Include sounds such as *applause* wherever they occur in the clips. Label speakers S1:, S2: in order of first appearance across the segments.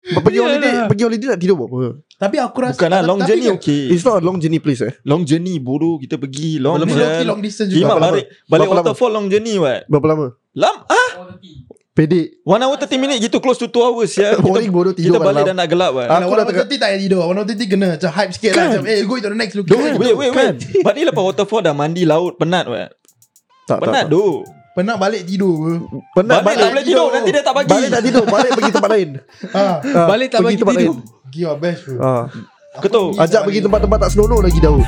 S1: Pergi
S2: Iyalah.
S1: holiday Pergi holiday nak tidur buat apa
S3: Tapi aku rasa
S2: Bukan lah
S3: tapi-
S2: long
S3: tapi
S2: journey
S3: kan-
S2: okay
S1: It's not a long journey place eh
S2: Long journey bodoh Kita pergi long
S3: Belum
S2: journey
S3: pergi long distance
S2: Kimak
S3: juga
S1: Berapa lama?
S2: balik Balik
S1: Berapa lama?
S2: waterfall long journey what
S1: Berapa lama
S2: Lam ah,
S1: Pedik
S2: One hour 30 minit gitu Close to 2 hours
S1: *laughs*
S2: ya Kita,
S1: Boring bodoh
S2: kita
S1: tidur
S2: balik
S1: malam.
S2: dah nak gelap what
S1: Ah,
S3: Aku
S1: aku
S3: dah
S1: dah tengah-
S3: tak payah tidur 130 kena Macam hype sikit lah
S2: Kan?
S3: Macam eh go to the next
S2: Wait,
S3: location
S2: wait, wait, wait. But ni lepas waterfall dah mandi laut penat weh.
S1: kan? Tak tak,
S2: Penat
S1: tak.
S2: doh.
S3: Penat balik tidur apa.
S1: Penat
S2: Balik, tak
S1: balik
S2: boleh tidur nanti dia tak pagi.
S1: Balik tak tidur Balik pergi tempat lain
S3: Ah,
S1: Ah,
S2: *laughs* Balik tak
S1: pergi
S2: bagi
S1: tempat
S2: tidur.
S1: lain.
S3: Give your best bro
S1: Ah,
S2: Aku tahu.
S1: Ajak pergi tempat-tempat tak senonoh lagi Daud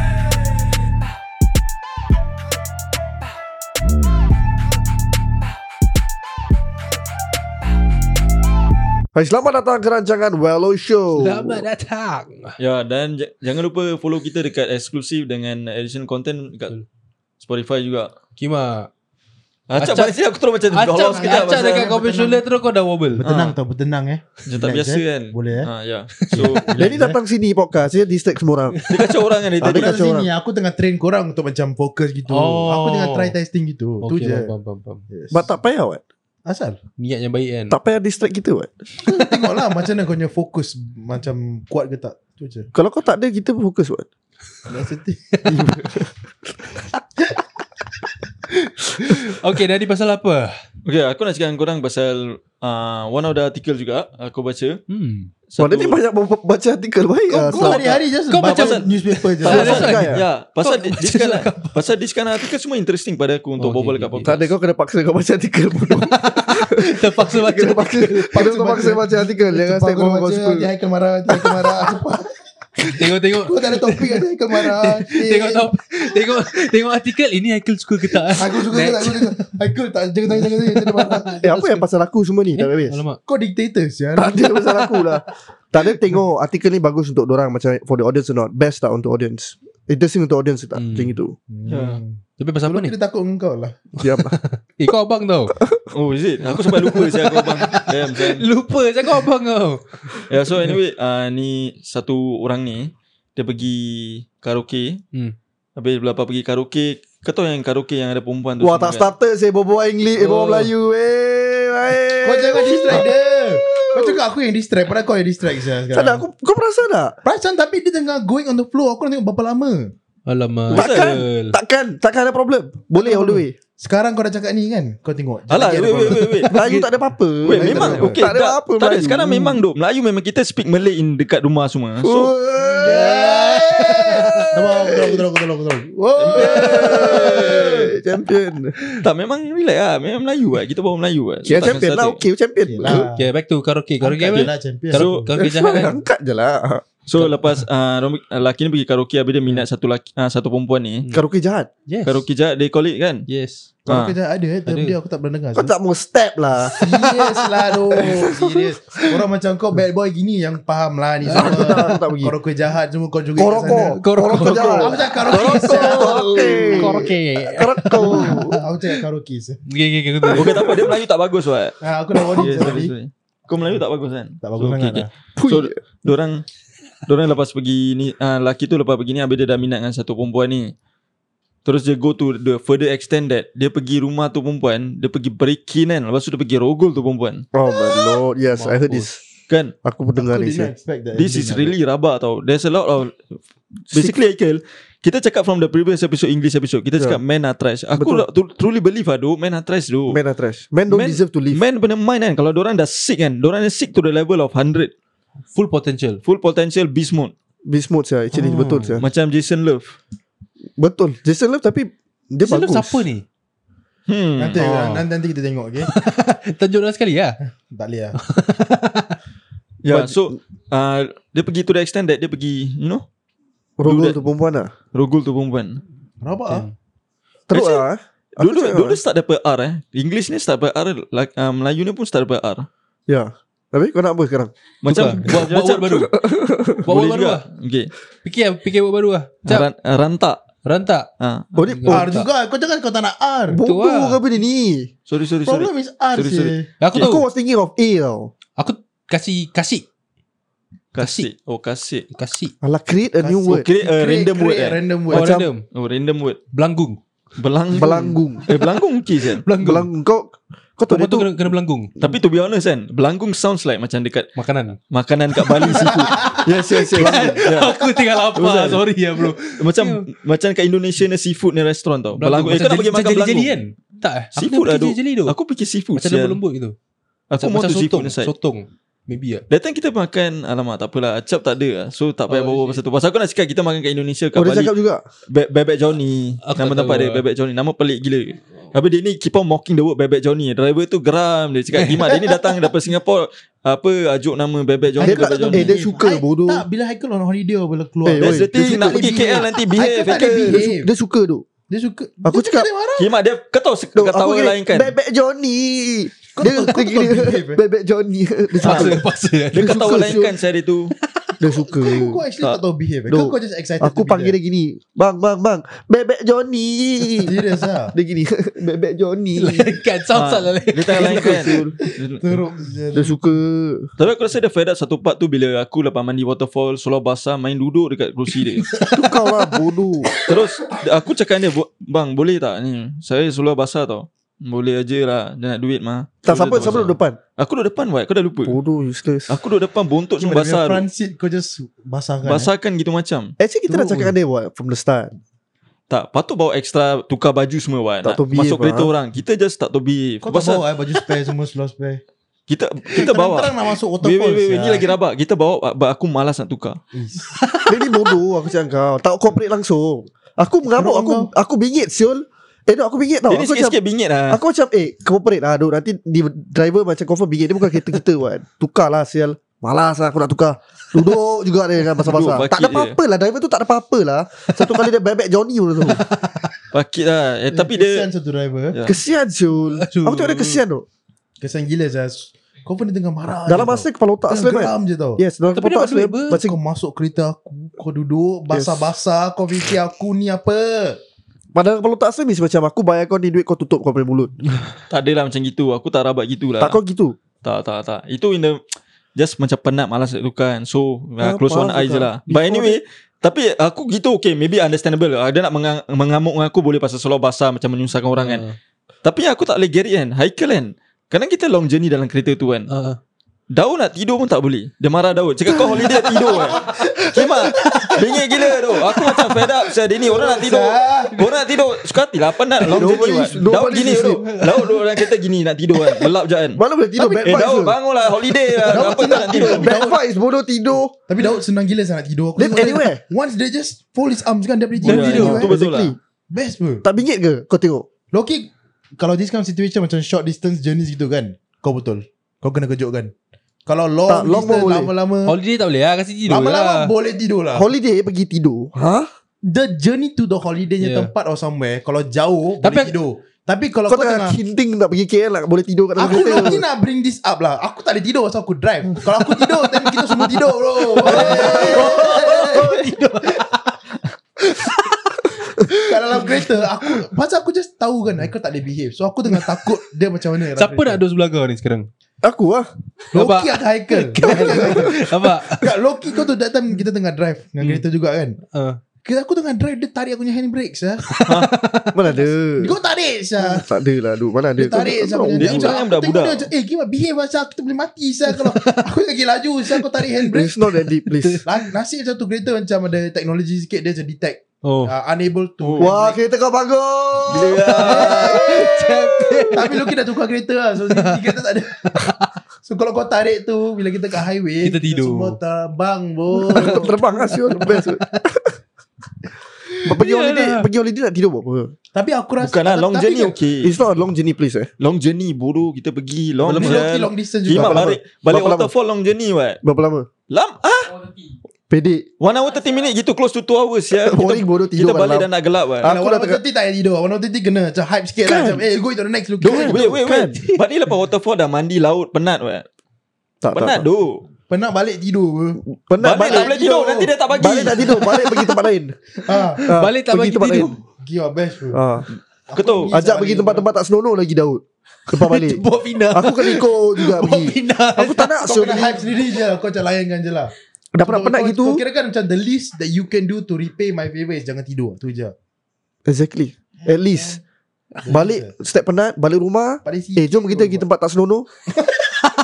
S1: Hai, selamat datang ke rancangan Wello Show.
S4: Selamat datang.
S2: Ya dan j- jangan lupa follow kita dekat eksklusif dengan additional content dekat Spotify juga.
S4: Kima.
S2: Acap
S4: Acap-
S2: balik sini aku terus macam
S4: Acap,
S2: galau sekejap
S4: acap
S2: pasal-
S4: dekat conventional terus kau dah wobble.
S3: Bertenang tau Bertenang eh
S2: Macam tak
S3: Relax,
S2: biasa
S3: eh.
S2: kan.
S3: Boleh eh
S2: Ha ya. So
S1: Jadi datang sini podcast, saya distract semua
S2: *laughs*
S1: orang.
S2: dia kacau orang kan dia
S1: Ada
S3: Tapi
S2: tadi.
S3: kat
S1: kacau
S3: sini aku tengah train korang Untuk macam fokus gitu
S4: Oh.
S3: Aku tengah try testing gitu Tu
S4: Okey,
S3: je
S4: faham, faham, faham.
S3: Yes.
S1: But tak payah what?
S3: Asal
S4: Niat yang baik kan.
S1: Hmm. Tak payah distract kita what?
S3: Tengoklah macam mana kau punya fokus Macam kuat ke tak Tu je
S1: Kalau kau tak ada, kita fokus what?
S3: That's the
S2: *laughs*
S3: thing
S4: Okey, dari pasal apa?
S2: Okay, aku nak cakap dengan korang pasal uh, one of the article juga aku baca.
S4: Hmm.
S1: Wah, dia ni banyak mem- baca artikel baik. ah,
S3: Kau
S1: Selamat.
S3: hari-hari just
S4: Kau
S3: baca
S2: Ya, macam-
S3: newspaper je
S1: Tak
S4: Tak
S1: ada
S4: ada
S1: suka
S4: suka
S1: ya?
S2: Ya, pasal
S4: Kau
S2: di-
S4: baca
S2: this kind
S4: cakap
S2: pasal this kind of article semua interesting pada aku
S1: Oh,
S2: untuk
S4: Okay,
S2: bobol kat
S4: okay, okay.
S1: Tak
S2: podcast.
S1: ada, kau kena paksa kau baca
S3: *laughs*
S1: artikel.
S4: *laughs* Terpaksa baca.
S1: kena paksa, kena kau paksa baca artikel. Jangan stay
S3: Kau
S1: home kau
S3: baca
S1: school.
S3: Nanti Haikal marah Nanti Haikal marah Cepat
S4: Tengok-tengok.
S3: Aku tak ada topik kan, Nanti Haikal marah Eh,
S4: Tengok tau. Tengok tengok artikel ini Haikal suka ke tak? eh?
S3: Aku suka tak Aku suka Haikal tak Jangan tanya Jangan tanya Jangan
S1: *laughs*
S3: marah
S1: Eh, apa yang pasal aku semua ni? Tak habis.
S4: Alamak.
S3: Kau dictator sial
S1: *laughs*
S2: Ha.
S1: Tak ada pasal aku lah. Tak ada tengok artikel ni bagus untuk orang macam for the audience or not. Best tak untuk audience? Interesting untuk audience ke tak?
S4: Hmm.
S1: Macam
S3: *laughs*
S1: itu.
S4: Tapi pasal apa ni?
S3: Hmm. Dia takut dengan kau lah
S1: Diam lah.
S4: Eh kau abang tau.
S2: Oh, is it? Aku sampai lupa saya kau bang. Damn, Zain.
S4: Lupa saya kau abang kau.
S2: Yeah, so anyway, uh, ni satu orang ni dia pergi karaoke.
S4: Hmm.
S2: Habis bila apa pergi karaoke, kau tahu yang karaoke yang ada perempuan tu.
S1: Wah,
S2: semua kan?
S1: tak starter saya bawa English, eh, bawa
S4: Oh.
S1: Melayu. Eh, baik.
S3: Kau jangan distract dia Kau cakap aku yang distract Padahal kau yang distract
S1: Tak
S3: sial
S1: ada,
S3: sekarang
S1: aku, kau perasan tak?
S3: Perasan tapi dia tengah going on the flow Aku nak tengok berapa lama
S4: Alamak.
S1: Takkan.
S4: Haikal.
S1: Takkan, takkan ada problem. Boleh all the way.
S3: Sekarang kau dah cakap ni kan Kau tengok
S2: Alah,
S3: Lagi ada
S2: wait, wait,
S3: apa.
S1: *laughs*
S2: wait, wait.
S1: Melayu tak ada apa-apa.
S2: Wait,
S1: Melayu
S2: memang
S1: tak ada
S2: okay.
S1: Tak ada apa
S2: tak ada.
S1: Melayu.
S2: Sekarang memang dok Melayu memang kita speak Malay in dekat rumah semua. So,
S1: Oh, Yeah.
S3: Sabar, aku tolong, aku tolong, aku tolong, aku tolong.
S1: Hey, champion.
S2: tak memang relax lah. Memang Melayu lah. Kita bawa Melayu lah. So,
S1: Kira
S2: takkan
S1: champion lah,
S2: starter.
S1: okay champion.
S3: Okay
S1: Okay,
S3: lah.
S4: Okay, back to karaoke. Karaoke
S3: Angkat dia
S2: eh?
S4: apa?
S3: lah champion.
S4: Karaoke karaoke jahat kan.
S1: Angkat je lah.
S2: So lepas uh, lelaki ni pergi karaoke habis dia minat satu laki, uh, satu perempuan ni.
S1: Karaoke jahat.
S4: Yes.
S2: Karaoke jahat they call it kan?
S4: Yes.
S3: Kau
S2: Ha.
S3: kerja ada eh, tapi
S4: Ada.
S3: dia aku tak pernah dengar.
S1: Kau tak mau step lah.
S3: Serius *laughs* lah tu. Serius. Orang macam kau bad boy gini yang faham lah ni *laughs* semua.
S1: Aku tak, aku tak pergi.
S3: Koroko jahat semua kau juga kat
S1: Koroko.
S3: sana.
S4: Koroko.
S1: Koroko
S3: Aku
S1: jahat.
S3: cakap karaoke. sial.
S1: Karaoke. Koroko.
S3: *laughs* Aku cakap karaoke. sial.
S4: Okay, okay, okay. betul.
S2: Okay Oh, tak apa dia Melayu tak bagus Wak
S3: Ha, aku dah warning
S2: Yeah,
S3: sial
S2: sorry,
S3: tadi.
S2: sorry. Kau Melayu tak bagus kan?
S3: Tak bagus sangat lah.
S2: So Diorang Diorang lepas pergi ni uh, Laki tu lepas pergi ni Habis dia dah minat dengan satu perempuan ni Terus dia go to the further extent that Dia pergi rumah tu perempuan Dia pergi break-in kan Lepas tu dia pergi rogol tu perempuan
S1: Oh my lord. Yes, I heard this.
S2: Kan
S1: Aku pun dengar
S3: Aku
S1: ni.
S3: didn't
S1: Syah.
S3: expect that
S2: This is
S3: ending lah.
S2: really rabak tau There's a lot of Basically Aikal Kita cakap from the previous episode English episode Kita
S1: Yeah.
S2: cakap men are trash Aku
S1: Betul.
S2: tu- truly believe lah doh Men are trash doh
S1: Men are trash. Men don't
S2: Men-
S1: deserve to live.
S2: Men punya mind kan Kalau diorang dah sick kan Diorang dah sick to the level of 100
S4: Full potential.
S2: Full potential beast mode
S1: Beast mode saya. Actually
S2: Hmm.
S4: Oh.
S1: betul saya.
S2: Macam Jason Love
S1: Betul. Jason Love tapi dia
S4: Jason
S1: bagus.
S4: Love siapa ni?
S2: Hmm
S3: Nanti, ah,
S4: Oh.
S3: nanti, nanti kita tengok okay?
S4: Tunjukkan sekali lah.
S3: Tak boleh lah
S2: Yeah,
S1: But-
S2: so uh, dia pergi to the extent that dia pergi, you know,
S1: Rogol
S2: that.
S1: tu perempuan lah.
S2: rogol tu perempuan.
S3: Rabak lah
S1: Teruk
S2: Actually,
S1: lah. eh. Aku
S2: Dulu
S1: cakap
S2: dulu
S1: lah.
S2: start daripada R eh. English ni start daripada R, like, uh, Melayu ni pun start daripada R.
S1: Ya. Tapi kau nak apa sekarang?
S2: Macam
S4: Tukar. buat, buat word
S2: *laughs*
S4: baru.
S2: Boleh
S4: Buat word baru
S2: juga.
S4: lah.
S2: Okay.
S4: Fikir, fikir word baru lah. Cap,
S2: Ran, uh, rantak.
S4: rantak.
S2: Ah,
S1: Oh, ni
S4: Kau
S3: R
S4: tak.
S3: juga Kau jangan kau tak nak R
S4: Betul
S1: Bodoh
S4: lah.
S1: Ah, ke apa dia ni?
S2: sorry sorry sorry.
S3: Problem is R
S2: Sorry, sorry.
S3: sih
S4: Aku
S1: Aku
S4: tahu.
S1: was thinking of A tau.
S4: Aku kasih, kasih.
S2: Kasih. Oh kasih.
S4: Kasih.
S1: Alah create a new
S3: Kasih.
S1: word.
S2: Okay, uh, random word.
S3: create
S2: Eh.
S3: Random
S4: Oh,
S3: word
S1: Macam-
S4: random.
S2: Oh random word.
S4: Belanggung.
S2: Belang.
S1: Belanggung.
S2: Eh belanggung okay je.
S4: Belanggung.
S1: Belanggung. Kau Kau tahu dia
S4: Perempuan tu
S1: tu
S4: kena, kena belanggung
S2: Tapi to be honest kan Belanggung sounds like Macam dekat *laughs*
S4: Makanan
S2: Makanan kat Bali situ Yes yes yes yeah.
S4: Aku tengah lapar
S2: Betul.
S4: Sorry ya *laughs* bro
S2: Macam Macam kat Indonesia ni Seafood ni restoran tau Belanggung, Eh kau nak pergi makan belanggung
S4: jeli kan Tak eh? Aku
S2: Seafood
S4: dah
S2: lah
S4: pergi
S2: duk.
S4: jeli tu
S2: Aku fikir seafood
S4: Macam
S2: sial.
S4: lembut-lembut gitu
S2: Aku
S4: Macam-
S2: mau
S4: macam
S2: tu
S4: sotong
S2: seafood ni side
S4: Sotong
S2: *laughs*
S4: Maybe lah
S2: Datang kita makan Alamak tak apalah Acap tak ada lah So tak payah bawa
S4: Oh,
S2: pasal tu Pasal aku nak cakap Kita makan kat Indonesia Kat
S1: Oh dia
S2: Bali
S1: cakap juga
S2: Be- Bebek Johnny Nama
S4: Aku tak
S2: tempat
S4: tahu
S2: dia
S4: lah.
S2: Bebek Johnny Nama pelik gila Habis dia ni Keep on mocking the word Bebek Johnny Driver tu geram Dia cakap Gimat dia ni datang Daripada Singapore Apa Ajuk nama Bebek Johnny
S1: Dia tak
S2: Bebek
S1: tahu.
S2: Johnny
S1: Eh, dia suka,
S3: Hai-
S1: bodoh.
S3: Tak bila Haikal on holiday Bila keluar
S1: Eh,
S2: That's
S1: Oi,
S2: the thing
S3: dia
S2: Nak
S3: tak
S2: pergi
S3: boleh
S2: KL nanti
S3: Haikal
S2: Behave
S3: tak ada
S2: Haikal.
S3: behave
S1: Dia suka tu
S3: Dia suka
S1: Aku
S3: dia
S1: cakap-
S3: dia marah
S2: Gimat dia Kau tahu
S1: Duh,
S2: Ketawa
S1: kira,
S2: lain kan
S1: Bebek Johnny
S3: Kau
S1: Dia
S3: tahu- kau
S1: dia
S3: tahu
S1: gila
S3: behave, eh?
S1: Bebek Johnny Dia suka
S4: Paksa Paksa
S2: Dia
S4: *laughs*
S1: Dia
S2: ketawa
S1: suka,
S2: lain
S1: siul.
S2: kan Saya dia tu
S1: Dia suka
S3: Kau kau actually tak
S2: Tak.
S3: tahu behave eh.
S1: Duh.
S3: Kau kau just excited
S1: Aku panggil dia gini Bang bang bang Bebek Johnny
S3: Serius lah
S1: Dia gini *laughs* Bebek Johnny
S4: Kan sound
S2: Ah,
S4: sound lah
S2: Dia tak lain kan
S1: *laughs*
S3: Teruk
S1: Dia suka
S2: Tapi aku rasa dia fed up satu part tu Bila aku lepas mandi waterfall Seluar basah Main duduk dekat kerusi dia
S1: Tu kau lah bodoh
S2: Terus aku cakap dengan dia "Bo- Bang boleh tak ni Saya seluar basah tau Boleh aje lah Dia nak duit mah
S1: Tak
S2: Terus
S1: siapa
S2: dia
S1: Siapa
S2: basah.
S1: duduk depan
S2: Aku duduk depan Wai Kau dah lupa
S1: Bodoh useless
S2: Aku duduk depan Bontot semua
S3: Cuma
S2: basah
S3: dia
S2: tu.
S3: front seat Kau just basahkan eh.
S2: Basahkan gitu macam
S1: Actually kita dah
S3: Teruk.
S1: cakap dengan dia buat From the start
S2: Tak patut bawa extra Tukar baju semua Wai
S1: Tak
S2: Nak
S1: tahu behave,
S2: Masuk kereta
S1: ah.
S2: orang Kita just tak tahu behave
S3: Kau tak
S2: Pasal
S3: bawa eh Baju spare semua Seluar spare
S2: Kita kita
S3: Terang
S2: bawa
S3: nak masuk
S2: Wait,
S3: waterfall
S2: wait, wait, wait. Ni
S3: sia.
S2: lagi rabak Kita bawa but Aku malas nak tukar
S3: Is.
S1: Dia ni bodoh Aku cakap kau Tak cooperate langsung Aku mengamuk Aku
S3: Kenapa
S1: aku bingit Siul Eh no aku bingit tau
S2: Dia
S1: Aku
S2: ni
S1: macam
S2: sikit-sikit bingit lah
S1: Aku macam Eh cooperate lah Duk nanti di, Driver macam confirm bingit Dia bukan kereta kita kan Tukar lah sial Malas lah aku nak tukar Duduk juga dia dengan
S2: Duduk,
S1: pasal-pasal Tak ada
S2: bakit
S1: apa-apa lah Driver tu tak ada apa-apa lah Satu kali dia bebek Johnny pun tu
S2: Pakit lah
S3: Hmm,
S2: eh, Tapi dia
S3: Kesian satu driver eh.
S2: Ya.
S1: Kesian Syul
S4: Aduh.
S1: Aku tengok dia kesian tu
S3: Kesian gila saya Kau pun dia tengah marah
S1: Dalam
S3: je tau.
S1: masa kepala otak
S3: Tengah
S1: Slam kan
S3: geram je tau
S1: Yes dalam
S4: Tapi
S1: kepala
S4: dia
S1: otak
S4: ada duit
S1: Slam
S4: ber.
S1: Macam
S3: Kau masuk kereta aku Kau duduk Basah-basah Kau fikir aku ni apa
S1: Padahal kepala otak Slam is macam Aku bayar kau ni duit Kau tutup kau punya mulut
S2: Tak adalah macam gitu Aku tak rabak gitu lah
S1: Tak kau gitu
S2: Tak tak tak Itu in the Just macam penat Malas nak tukar kan So uh,
S1: Ah,
S2: Close one
S1: faham
S2: eye
S1: juga.
S2: je lah
S1: Before
S2: But anyway Tapi aku gitu Okay maybe understandable Ah, Dia nak menga- mengamuk dengan aku Boleh pasal seluar basah Macam menyusahkan orang kan Tapi aku tak boleh get it kan Haikal kan Kadang kita long journey Dalam kereta tu kan
S4: Ah.
S2: Daud nak tidur pun tak boleh Dia marah Daud Cakap kau holiday tidur kan Kimak Bingit gila tu Aku macam fed up Saya ni orang nak tidur Korang nak tidur Suka hati lah Penat long journey
S1: Nobody-
S2: kan Daud
S1: nobody
S2: gini tu
S1: sleep.
S2: Daud duduk dalam kereta gini Nak tidur kan Melap je kan
S1: Mana boleh tidur Bad
S2: Eh
S1: vibes
S2: Daud
S1: Syul.
S2: bangunlah Holiday lah Apa kau nak tidur
S1: Bad vibes bodoh tidur
S3: Tapi Daud senang gila sangat tidur
S1: Dia eh?
S3: tengok
S1: anywhere.
S3: dia- Once they just Fold his arms kan Dia boleh
S2: Dia
S3: tidur
S2: tidur.
S3: anywhere.
S2: Tu betul
S1: Exactly.
S3: Best bro
S1: Tak bingit ke kau tengok
S3: Loki Kalau this kind of situation Macam short distance journeys gitu kan Kau betul Kau kena kejutkan Kalau long,
S1: Tak, long pun
S3: distance
S1: boleh.
S3: Lama-lama
S4: Holiday tak boleh lah Kasih tidur
S3: Lama-lama
S4: lah
S3: boleh tidur lah
S1: Holiday pergi tidur
S2: Ha?
S3: The journey to the holidaynya
S4: Yeah.
S3: tempat Or somewhere Kalau jauh
S4: Tapi-
S3: Boleh tidur Tapi kalau
S1: Kau tengah hinting nak pergi KL nak boleh tidur kat dalam
S3: Aku
S1: kereta
S3: nanti nak bring this up lah Aku tak boleh tidur Pasal aku drive
S1: Hmm.
S3: Kalau aku tidur Then kita semua tidur
S1: *laughs*
S3: bro Kat dalam kereta Aku Pasal aku just tahu kan Aku tak boleh behave So aku tengah takut Dia macam mana dalam
S4: Siapa nak
S3: kereta.
S4: duduk sebelah kau ni sekarang
S1: Aku lah
S3: Loki atau Haikal Loki atau Haikal.
S2: *laughs*
S4: Nampak
S3: Kat Loki kau tu That time kita tengah drive Dengan kereta juga kan
S4: Ah.
S3: Kita aku tengah drive Dia tarik aku punya handbrake sah.
S1: Mana ada
S3: Kau tarik sah.
S1: Tak ada lah duk Mana ada
S3: Dia tarik
S1: Kau-
S3: siapa
S1: kau-
S3: yang
S2: Dia
S1: kau-
S2: ni sebenarnya
S3: Aku tengok
S2: budak-budak.
S3: dia macam, Eh gimana behave lah Sah Kita boleh mati Sah Kalau *laughs* aku lagi laju Sah kau tarik handbrake
S1: It's not that deep
S3: *laughs*
S1: please
S3: Lah, Nasib macam tu kereta Macam ada teknologi sikit Dia macam detect
S4: Oh
S3: uh, Unable to
S1: Wah *laughs* kereta kau bagus
S2: Gila lah
S3: Tapi Loki dah tukar kereta lah So safety kereta tak ada *laughs* So kalau kau tarik tu Bila kita kat highway
S4: Kita tidur.
S3: Semua terbang bro
S1: *laughs* Kau terbang lah Syul Best Syul. Pergi holiday
S4: Iyalah.
S1: Pergi holiday nak tidur buat apa
S3: Tapi aku rasa
S2: Bukan lah Long
S3: tapi-
S2: journey
S3: tapi-
S2: okay
S1: It's not a long journey please eh
S2: Long journey bodoh Kita pergi Long
S3: Belum Loki
S2: journey
S3: long distance juga
S2: Kimak
S1: Berapa
S2: balik Balik
S1: Berapa lama?
S2: waterfall long journey what
S1: Berapa lama
S2: Lam ah,
S1: Pedik
S2: One hour 30 minit gitu Close to 2 hours ya
S1: *laughs* Boring
S2: Kita,
S1: bodoh tidur
S2: kita
S1: kat
S2: balik
S1: dalam.
S2: dah nak gelap what
S1: Ah,
S3: Aku
S1: aku
S3: dah
S1: dah tengah-
S3: tak payah tidur 130 kena Macam hype sikit lah
S1: Kan.
S3: Macam eh go to the next Loki
S2: Kan? Wait wait wait But ni lepas waterfall Dah mandi laut Penat what
S1: Tak tak,
S2: Penat
S1: tak
S2: doh
S3: Pernah balik tidur bro.
S1: Penat
S2: Balik, tak boleh tidur
S3: tidur.
S2: Nanti dia tak pagi
S1: Balik tak tidur Balik pergi tempat
S2: *laughs*
S1: lain
S3: ha,
S1: Ah,
S4: Balik tak
S1: pergi
S4: bagi
S1: tempat
S4: tidur
S1: lain.
S3: Give your best bro
S1: Ah,
S3: Aku
S2: tahu,
S3: pergi
S1: Ajak
S3: setiap
S1: pergi
S3: hari, bro.
S1: tempat-tempat tak senonoh lagi Daud Lepas
S3: *laughs*
S2: *laughs*
S1: balik
S4: Bawa pindah
S1: Aku kena ikut juga
S4: Bawa
S1: pergi
S4: pindah
S1: Aku tak nak
S3: Kau
S1: Syul
S3: kena
S1: ni.
S3: hype sendiri je lah Kau macam layankan je lah
S1: Dah penat-penat
S3: Kau-
S1: gitu
S3: Kau kira kan macam The least that you can do To repay my favour is Jangan tidur Tu je
S1: Exactly At least Balik step penat Balik rumah
S3: Pada si
S1: Eh jom kita pergi tempat tak senonoh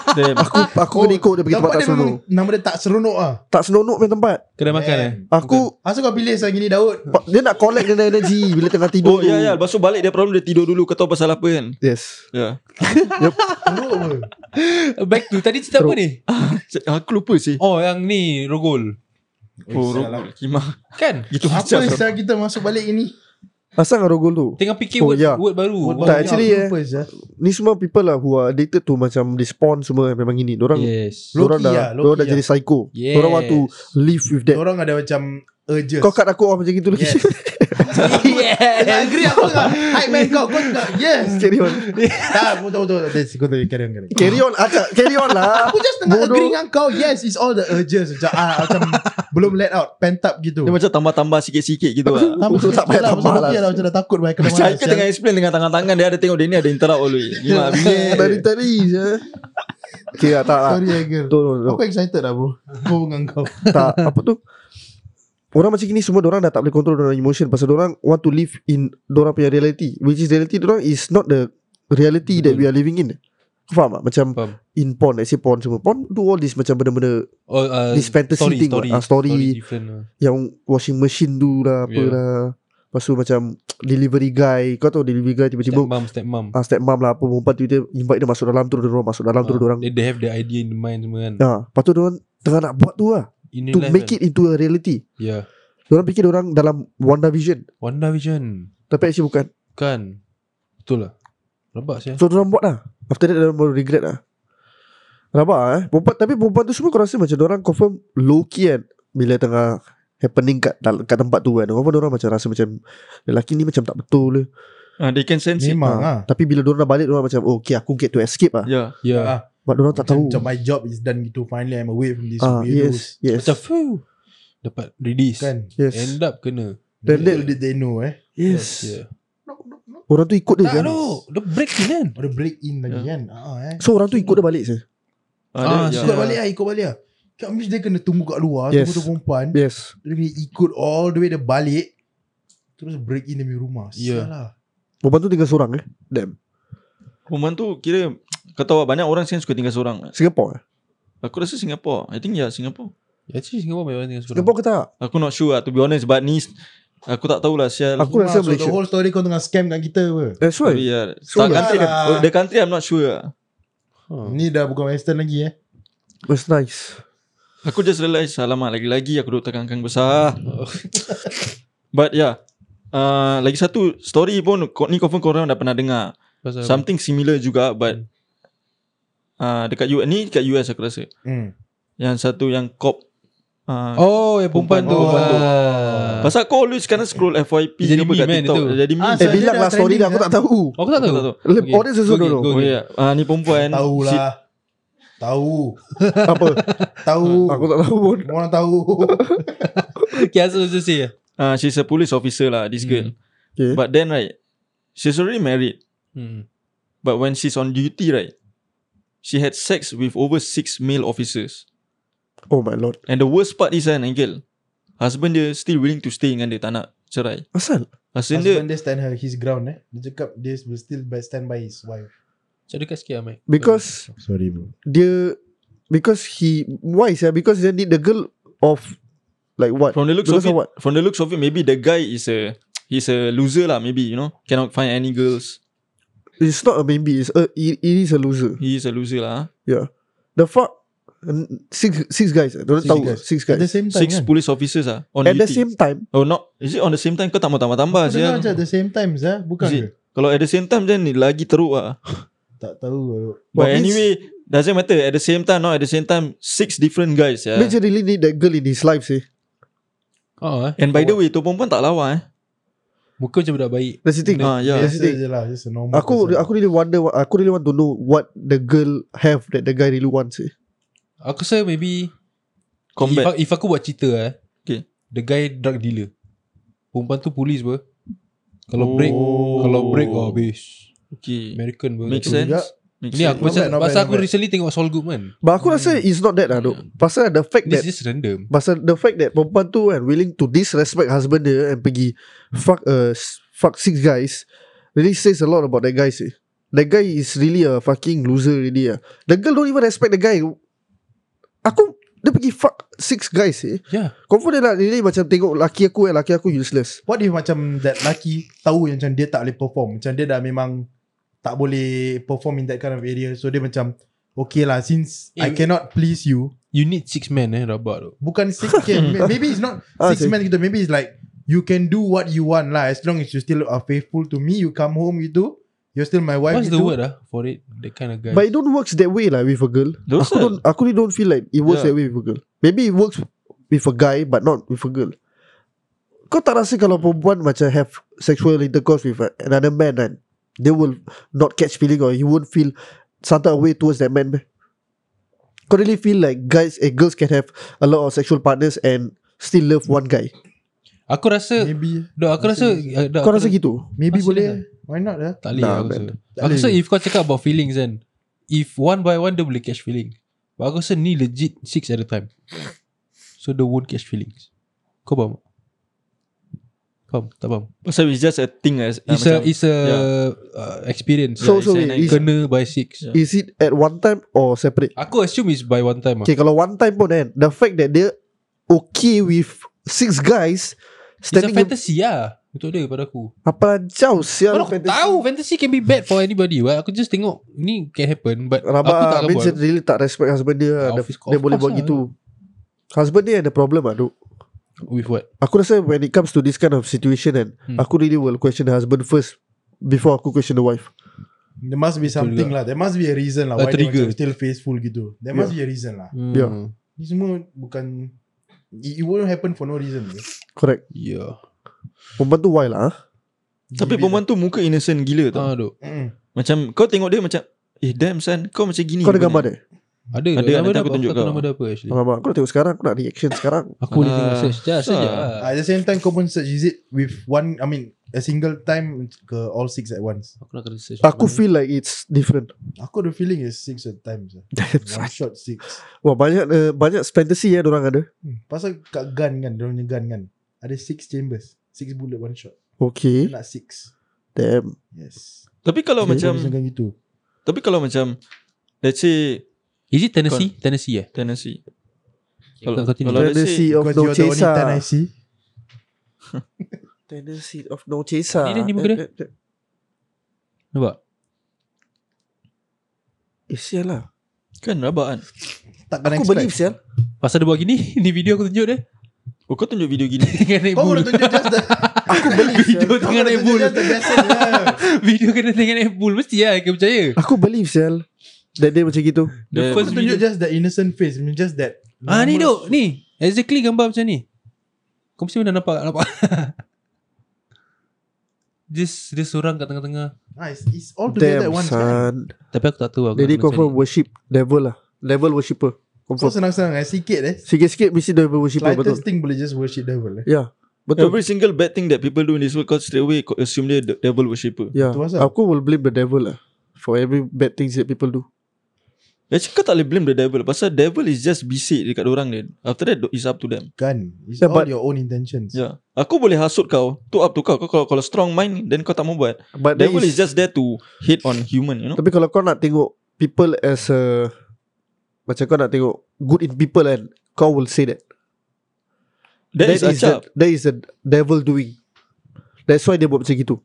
S2: Damn.
S1: Aku aku
S3: Oh,
S1: kena ikut dia pergi tempat
S3: Nampak
S1: tak
S3: dia memang
S1: senonoh
S3: Nama dia tak seronok ah.
S1: Tak senonoh punya tempat
S4: Kedai makan eh
S1: Aku
S3: Asal kau pilih saya gini
S1: *laughs*
S3: Daud
S1: pa- Dia nak collect dia punya energy Bila tengah tidur
S2: Oh ya ya Lepas tu balik dia problem Dia tidur dulu Kau tahu pasal apa kan
S1: Yes
S2: Ya *laughs*
S3: Teruk apa
S4: Back to Tadi cerita apa ni
S2: Aku lupa sih
S4: Oh yang ni Rogol
S2: Oh
S3: salah.
S2: rogol Kimah
S4: Kan
S2: Gitu
S3: lah. Apa
S2: macam
S3: sah kita masuk balik ini
S1: Asal dengan rogol tu
S4: Tengah fikir
S1: Oh,
S4: word,
S1: ya.
S4: word baru
S1: Word baru. Tak, actually, eh.
S3: Apa Syah?
S1: Ni semua people lah Who are addicted to Macam They spawn semua Memang gini Diorang
S4: Yes
S3: Low
S1: Diorang
S3: key lah,
S1: dah
S3: low
S1: Diorang dah
S3: key
S1: jadi psycho
S4: Yes.
S1: Diorang want to Live with that
S3: Orang ada macam urges
S1: Kau kat aku oh, Macam gitu lagi
S3: Yes Yes I Eh, agree aku dengan Hype man kau Kau juga Yes
S1: *laughs* Carry on
S3: Tak aku tahu tahu tahu. That's- Kau tahu Carry on carry on.
S1: Carry on acak, Carry on lah
S3: *laughs* Aku just tengah
S1: Bodoh.
S3: agree dengan kau Yes it's all the urges Macam ah, macam Belum let out Pent up gitu
S2: Dia macam tambah-tambah sikit-sikit gitu
S1: *laughs*
S2: lah
S1: Betul, tak payah tambah lah.
S3: Macam dah takut Macam
S2: Macam Haikal tengah explain dengan tangan-tangan Dia ada tengok dia ni ada interrupt all the way Gimana
S1: Dari *laughs* tadi je Okay lah tak lah
S3: Sorry Haikal
S1: Betul, betul, betul.
S3: Aku excited lah bro Aku dengan kau
S1: tak apa tu Orang macam gini semua orang dah tak boleh control orang emotion pasal orang want to live in orang punya reality which is reality orang is not the reality Betul. that we are living in. Kau faham tak? Macam
S4: Faham.
S1: in porn, let's say porn semua. Porn do all this macam benda-benda
S4: oh, uh,
S1: This fantasy
S4: story,
S1: thing,
S4: story,
S1: ah, story.
S4: different lah.
S1: yang washing machine tu lah apa
S4: Yeah.
S1: lah. Lepas tu macam delivery guy. Kau tahu delivery guy
S4: Step
S1: tiba-tiba
S4: mom Step mom
S1: ah, step mom lah apa perempuan tiba-tiba invite dia masuk dalam tu dia orang masuk dalam tu Ah. dia orang.
S4: Ah, They, they have the idea in the mind semua kan
S1: Ha, lepas tu dia orang tengah nak buat tu lah
S4: In
S1: to make it into a reality.
S4: Yeah
S1: Dia orang fikir dia orang dalam WandaVision.
S4: WandaVision
S1: Tapi actually bukan.
S4: Kan Betul lah Rabak saya
S1: So diorang buat lah After that diorang baru regret lah Rabak eh perempuan, Tapi perempuan tu semua kau rasa macam Diorang confirm low key kan Bila tengah happening kat, dal- kat tempat tu kan Confirm diorang macam rasa macam Lelaki ni macam tak betul le.
S2: They can sense it
S3: Memang ah.
S1: Tapi bila diorang dah balik Diorang macam oh, Okay aku get to escape lah
S2: Ya
S4: Yeah
S3: Ah,
S1: But diorang tak tahu
S3: Macam my job is done gitu Finally I'm away from this
S1: Ah,
S3: weirdos
S1: Yes Yes
S4: Macam phew, Dapat release kan.
S3: Kan
S1: Yes
S4: End up kena
S1: Then
S3: Little
S1: that-
S3: did they know eh
S1: Yes
S4: Yeah
S1: Orang tu ikut dia
S4: Tak
S1: kan
S4: tu Dia break ni kan
S3: Ada break in lagi
S2: Ya.
S3: kan ah, eh.
S1: So orang tu ikut dia balik je
S2: Ah,
S4: Ah,
S2: dia- ya.
S4: so-
S3: Ikut balik lah Ikut balik lah Kat Mish dia kena tunggu kat luar
S1: Yes.
S3: Tunggu tu perempuan
S1: Yes
S3: Dia kena ikut all the way Dia balik Terus break in demi rumah lah.
S4: Ya.
S3: Salah
S1: Perempuan tu tinggal seorang eh Damn
S2: Perempuan tu kira Kau tahu banyak orang sekarang suka tinggal seorang
S1: Singapore eh
S2: Aku rasa Singapore I think ya Singapore
S4: Actually Singapore banyak orang tinggal sekarang
S1: Singapore ke tak
S2: Aku not sure lah To be honest But ni Aku tak tahulah Sial
S1: Aku rasa
S3: Wah, so
S1: Malaysia
S3: the whole story kau tengah scam kat kita apa
S1: That's
S2: Tapi
S1: right
S2: ya
S1: Sure
S2: tak,
S1: lah.
S2: country,
S3: Alah.
S2: The country I'm not sure lah.
S4: huh.
S3: Ni dah bukan western lagi eh
S1: That's nice
S2: Aku just realise Alamak lagi-lagi Aku duduk terkangkang besar But yeah uh, Lagi satu Story pun ko- Ni confirm korang dah pernah dengar
S4: Pasal apa?
S2: Something similar juga But uh, Dekat US Ni dekat US aku rasa
S3: hmm.
S2: Yang satu yang cop uh, oh.
S4: Oh yang perempuan tu
S2: Perempuan tu.
S4: Ah.
S2: Pasal kau always sekarang scroll FYP
S4: Dia jadi
S2: ke apa kat
S4: meme kan
S2: TikTok
S4: itu?
S2: Dia Jadi meme
S3: Ah,
S1: Eh
S3: So,
S1: bilang
S3: dia
S1: lah
S3: dah
S1: story dia
S3: trending
S1: Aku tak tahu
S4: Aku tak tahu
S2: Aku
S4: *laughs*
S2: tak tahu.
S1: Lem- order sesuatu
S4: Go
S1: dulu.
S4: get, go
S2: Oh
S4: get.
S2: ya uh, Ni perempuan
S3: Tahu
S2: She-
S3: lah Tahu
S1: *laughs* Apa
S3: Tahu
S1: Ha, Aku tak tahu pun
S3: Semua Orang tahu
S4: Okay asal tu say
S2: uh, She's a police officer lah This girl
S1: Hmm. Okay.
S2: But then right She's already married
S4: hmm.
S2: But when she's on duty, right, she had sex with over six male officers.
S1: Oh my lord
S2: And the worst part is kan, Angel, husband dia still willing to stay dengan dia, tak nak cerai.
S1: Asal
S2: Husband dia,
S3: Husband dia stand her his ground eh Dia cakap Dia will still by- stand by his wife
S4: Macam dekat sikit lah Mike
S1: Because
S3: Sorry bro
S1: Dia Because he Why sih Because dia need the girl Of Like what
S2: from the looks of
S1: Because
S2: it,
S1: of what
S2: from the looks of it, maybe the guy is a, he's a loser lah, maybe, you know, cannot find any girls.
S1: It's not a maybe It's a, it, it is a loser
S2: He is a loser lah.
S1: The fuck And Six Six guys Don't
S3: Six
S1: tahu
S3: guys.
S1: Six
S3: At
S1: guys
S3: the same
S2: Huh.
S3: time
S2: Six
S3: kan
S2: police officers ah on
S1: At
S2: duty.
S1: the same time
S2: oh not, is it on the same time? Kau tak mau tambah-tambah
S3: Aku
S2: sial.
S3: dengar macam at the same time Zah Bukan
S2: lah, Is it?
S3: ke
S2: Kalau at the same time then ni lagi teruk ah.
S3: Tak tahu bro.
S2: But
S1: Well, means-
S2: anyway, doesn't matter. At the same time, not at the same time, six different guys ya.
S1: yeah. Major really need that girl in his life sih
S4: oh, eh.
S2: And by the way Tu perempuan tak lawa eh
S4: Muka macam budak baik
S1: That's the thing
S2: Ah, yeah.
S1: That's
S3: Biasa
S1: the thing
S3: je lah Just a normal
S1: Aku
S3: person.
S1: aku really wonder what- Aku really want to know What the girl have That the guy really wants sih
S4: Aku rasa maybe
S2: Combat
S4: if, if aku buat cerita eh
S2: Okay.
S4: The guy drug dealer Perempuan tu polis ber
S2: Oh.
S4: Kalau break Kalau break oh, habis
S2: Okay
S4: American ber
S2: Makes
S3: Betul
S2: sense
S3: juga.
S2: Makes
S4: Ni aku
S3: Not
S4: macam
S3: bad, not
S4: Pasal
S3: bad,
S4: aku
S3: not bad.
S4: recently tengok Saul Goodman
S1: But aku rasa It's not that lah dok Pasal the fact that
S4: This is random
S1: Pasal the fact that perempuan tu kan willing to disrespect husband dia and pergi fuck uh, fuck six guys really says a lot about that guy. See. That guy is really a fucking loser really. ah. The girl don't even respect the guy. Aku dia pergi fuck six guys eh.
S4: Yeah.
S1: Confirm dia nak really macam tengok laki aku eh laki aku useless.
S3: What if macam that lelaki tahu yang macam dia tak boleh perform. Macam dia dah memang tak boleh perform in that kind of area. So dia macam okay lah since
S4: Eh,
S3: I cannot please you.
S4: You need six men eh Rabak tu
S3: Bukan
S4: *laughs*
S3: six can, Maybe it's not
S1: Ah,
S3: six
S1: see.
S3: men gitu. Maybe it's like you can do what you want lah. As long as you still are faithful to me. You come home gitu. You're still my wife
S4: What's the
S3: gitu.
S4: word ah For it The kind of guy
S1: But it don't works that way lah with a girl. Aku
S2: Dosa.
S1: don't aku ni don't feel like it works
S2: Yeah.
S1: yeah. that way with a girl. Maybe it works with a guy but not with a girl. Kau tak rasa kalau perempuan macam have sexual intercourse with a- another man kan, they will not catch feeling or you won't feel some type of way towards that man. meh? Kau really feel like guys and girls can have a lot of sexual partners and still love one guy.
S4: Aku rasa
S3: Maybe
S4: Dok aku rasa eh, Dok,
S1: Kau
S4: aku
S1: rasa
S4: rasa-
S1: gitu?
S3: Maybe
S4: Masih
S3: boleh
S4: dengar.
S3: Why not lah
S4: Tak boleh
S1: Nah,
S4: nah, aku
S1: man.
S4: rasa
S3: Tak
S4: Aku
S3: boleh.
S4: rasa if kau cakap about feelings kan If one by one Dia boleh catch feeling But aku rasa ni legit Six at a time So they won't catch feelings Kau faham tak? Faham tak faham
S2: Pasal it's just a thing as ah,
S4: It's a
S2: macam-
S4: It's a
S2: yeah.
S4: uh, Experience
S1: So
S2: Yeah,
S1: so
S2: it's an
S1: wait, is, Ya.
S4: Kena by six
S2: Yeah.
S1: is it at one time or separate?
S4: Aku assume is by one time ah.
S1: Okay kalau one time pun kan The fact that dia Okay with Six guys
S4: It's a
S1: Standing in
S4: fantasy lah Untuk dia pada aku
S1: Apa jauh sial
S4: Kau aku tahu Fantasy can be bad for anybody well, Aku just tengok Ni can happen But aku tak
S1: Rabak
S4: akan
S1: Means
S4: buat
S1: dia really tak respect husband dia
S4: Of
S1: Dia,
S4: course-
S1: dia
S4: of
S1: boleh buat
S4: course lah.
S1: gitu Husband dia ada problem lah Duk
S4: With what
S1: Aku rasa when it comes to this kind of situation kan
S4: Hmm.
S1: Aku really will question the husband first Before aku question the wife
S3: There must be something lah There must be a reason lah
S4: A
S3: Why
S4: trigger.
S3: they macam still faithful gitu There must be a reason lah
S4: Hmm,
S1: Yeah.
S3: Ni semua bukan It, it won't happen for no reason
S1: Correct
S4: Yeah
S1: Perempuan tu why lah ah?
S2: Tapi perempuan tu muka innocent gila tau.
S4: Ah, dok.
S3: mm.
S2: Macam kau tengok dia macam Eh damn son Kau macam gini
S1: Kau ada
S2: rupanya.
S1: gambar dia
S4: Ada
S2: Ada, nanti aku tunjuk
S4: tahu
S2: kau.
S4: Nama dia apa actually
S1: Alamak Aku nak tengok sekarang Aku nak
S4: *laughs*
S1: reaction sekarang
S4: Aku boleh tengok
S2: Ah,
S4: search Just saja
S2: sah.
S4: lah.
S3: At the same time kau pun search Is it with one I mean A single time Ke all six at once
S4: Aku nak kena search
S1: Aku feel like it's different
S3: Aku the feeling is six at times lah.
S1: Damn son.
S3: One shot six
S1: *laughs* Wah banyak uh, Banyak fantasy ya Diorang ada
S3: hmm. Pasal kat gun kan Dia punya gun kan Ada six chambers Six bullet one shot
S1: Okay
S3: Dia nak six
S1: Damn
S3: Yes
S2: Tapi kalau
S3: Dia
S2: macam
S3: reasonkan gitu
S2: Tapi kalau macam Let's say
S4: Is it Tennessee? Tennessee eh
S2: Tennessee
S4: Kalau
S2: Kalau-
S4: continue
S2: kalau-
S1: Fantasy of ah.
S3: Because
S1: no
S3: you're the only
S1: chaser
S3: time I see
S1: eh. Tendency of no chaser.
S4: Ni dia, ni muka
S1: Eh,
S4: dia.
S1: eh, eh.
S4: Nampak
S1: Eh, sial lah.
S2: Kan rabak kan
S3: Takkan
S1: Aku
S3: expect
S1: believe sial.
S4: Pasal dia buat gini *laughs* Ni video aku tunjuk dia
S2: Oh kau tunjuk video
S4: *laughs*
S2: gini
S4: Tengah naik
S3: Kau
S4: bull
S3: boleh tunjuk just the
S1: Aku believe sial.
S4: Video tengah naik bull
S3: Just the blessing lah
S4: Video kena tengah naik bull Mesti lah Kau percaya
S1: *laughs* Aku believe sial. That day macam gitu.
S4: The
S2: Dia-
S3: Kau
S4: first
S3: tunjuk
S4: video
S3: just the innocent face macam Just that
S4: Ah ni dok Ni Exactly gambar macam ni Kau mesti pernah nampak Nampak *laughs* Just Dia seorang kat tengah-tengah
S3: Ah, it's, it's all together at
S1: Damn
S3: once kan
S1: son.
S4: Tapi aku tak tahu aku
S1: Daddy
S4: nak
S1: confirm
S4: cari.
S1: worship devil lah. Devil worshipper.
S3: Kau
S1: Confirm.
S3: senang-senang eh Sikit eh
S1: Sikit-sikit mesti devil worshipper betul.
S3: Slightest thing boleh just worship devil eh
S1: Ya. Betul.
S2: Every single bad thing That people do in this world Kau straight away kau Assume dia de- devil worshipper
S1: Ya.
S3: Tu pasal.
S1: Aku will blame the devil lah. For every bad things that people do.
S2: Actually kau tak boleh blame the devil Pasal devil is just bisik Dekat orang dia After that It's up to them
S3: Kan It's
S1: Yeah,
S3: all
S1: but-
S3: your own intentions
S2: Yeah. Aku boleh hasut kau Tu up to kau Kau kalau, kalau strong mind Then kau tak mau buat
S1: But
S2: Devil
S1: devil
S2: is just there to Hit on human you know
S1: Tapi kalau kau nak tengok people as a macam kau nak tengok good in people kan, kau will say that.
S2: That is
S1: the,
S2: acap
S1: that is the devil doing. That's why dia buat macam gitu.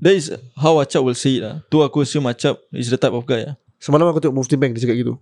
S2: That is how acap will say it lah Tu aku assume acap Is the type of guy lah
S1: Semalam aku tengok Mufti Bank dia cakap gitu.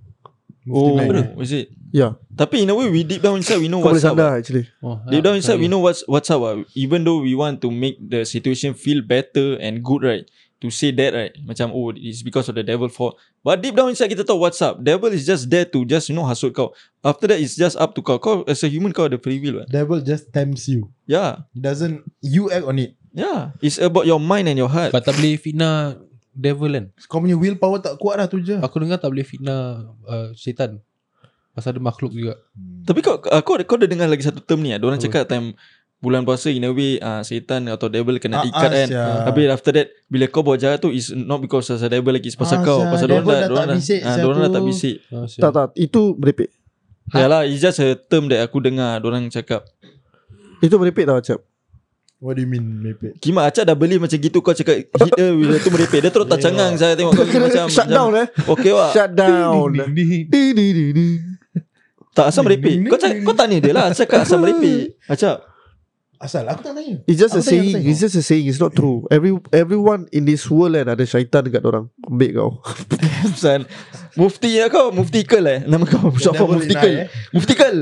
S2: Oh.
S3: Mufti Bank.
S2: is it?
S1: Yeah.
S2: Tapi in a way we deep down inside we know
S1: Kau boleh
S2: what's up.
S1: sadar actually.
S4: Oh,
S2: Deep
S4: ah,
S2: down inside we
S4: sorry.
S2: know what's what's up. ah. Even though we want to make the situation feel better and good right. To say that right Macam oh It's because of the devil fault But deep down inside Kita tahu what's up Devil is just there to Just you know Hasut kau After that it's just up to kau Kau as a human Kau ada free will eh? right?
S3: Devil just tempts you
S2: Yeah
S3: It doesn't You act on it
S2: Yeah Ya. It's about your mind and your heart
S4: But tak boleh fitnah Devil kan
S3: Kau punya willpower tak kuat lah tu je
S4: Aku dengar tak boleh fitnah uh, Setan Pasal ada makhluk juga
S3: Hmm.
S2: Tapi kau uh, kau, kau ada dengar lagi satu term ni ah. Diorang
S4: Apa?
S2: cakap time bulan puasa in a way uh, setan atau devil kena
S3: Ah,
S2: ikat
S3: ah,
S2: kan.
S3: sia.
S2: Habis after that bila kau buat jahat tu is not because pasal devil lagi is pasal
S3: Ah,
S2: kau
S3: sia,
S2: pasal
S3: devil
S2: diorang dah
S3: dah
S2: diorang
S3: tak
S2: dah
S3: bisik,
S2: ah,
S3: sia,
S2: diorang dah tak
S3: tu.
S2: bisik.
S4: Ah, sial.
S1: Tak tak itu merepek.
S2: Ha? Yalah it's just a term that aku dengar diorang cakap.
S1: Itu merepek tau macam.
S3: What do you mean mepek?
S2: Kimak Acak dah beli macam gitu Kau cakap hit dia Bila tu merepek Dia terus tak cangang Saya tengok kau
S1: Kena
S2: Oh, *laughs* macam
S1: *laughs* shut down eh
S2: macam, Okay wak *laughs*
S1: Shut down
S4: Ding, ding, ding.
S1: Di, di, di, di.
S2: Tak asam merepek Kau cakap, kau tanya dia lah Cakap asam *laughs* merepek Acak
S3: Asal aku tak tanya.
S1: It's just a
S3: Aku tak ingat
S1: saying
S3: tengok.
S1: It's just a saying It's not true Every Everyone in this world kan Ada syaitan dekat orang Ambil kau
S2: Pesan Mufti lah kau Mufti Kel eh Nama kau Syafa
S3: devil in
S2: Mufti
S3: I,
S2: Kel
S3: eh.
S2: Mufti Kel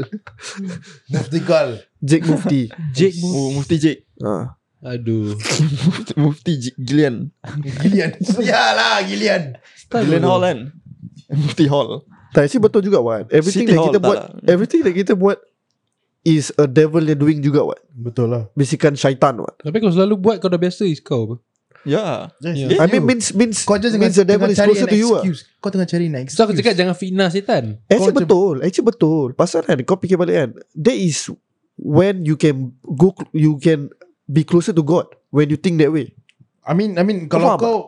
S3: Mufti Kal.
S1: Jake Mufti
S2: *laughs*
S4: Jake Mo-
S2: Oh, Mufti Jake *laughs*
S1: ha.
S4: Aduh
S2: Mufti- Mufti Jake Gillian
S1: *laughs*
S3: Gilian. Sialah Gilian.
S2: Gillian Hall
S1: eh.
S2: kan *laughs* Mufti Hall
S1: Tak actually betul juga what Everything
S2: City
S1: that
S2: Hall
S1: kita
S2: tak
S1: buat
S2: lah.
S1: Everything that kita buat Is a devil yang doing juga what
S3: Betul lah.
S1: Bisikan syaitan what
S4: Tapi kau selalu buat Kau dah biasa is kau apa
S2: Ya
S3: Just,
S1: I mean means Means,
S3: kau just
S1: means the devil is closer to you ah. what.
S3: excuse. Kau tengah cari an excuse.
S4: So aku cakap jangan fitnah setan
S1: Actually
S3: Kau
S1: betul Actually betul Pasal kan Kau fikir balik kan That is When you can Go You can Be closer to God When you think that way
S3: I mean, I mean,
S1: Kau
S3: kalau
S1: faham
S3: kau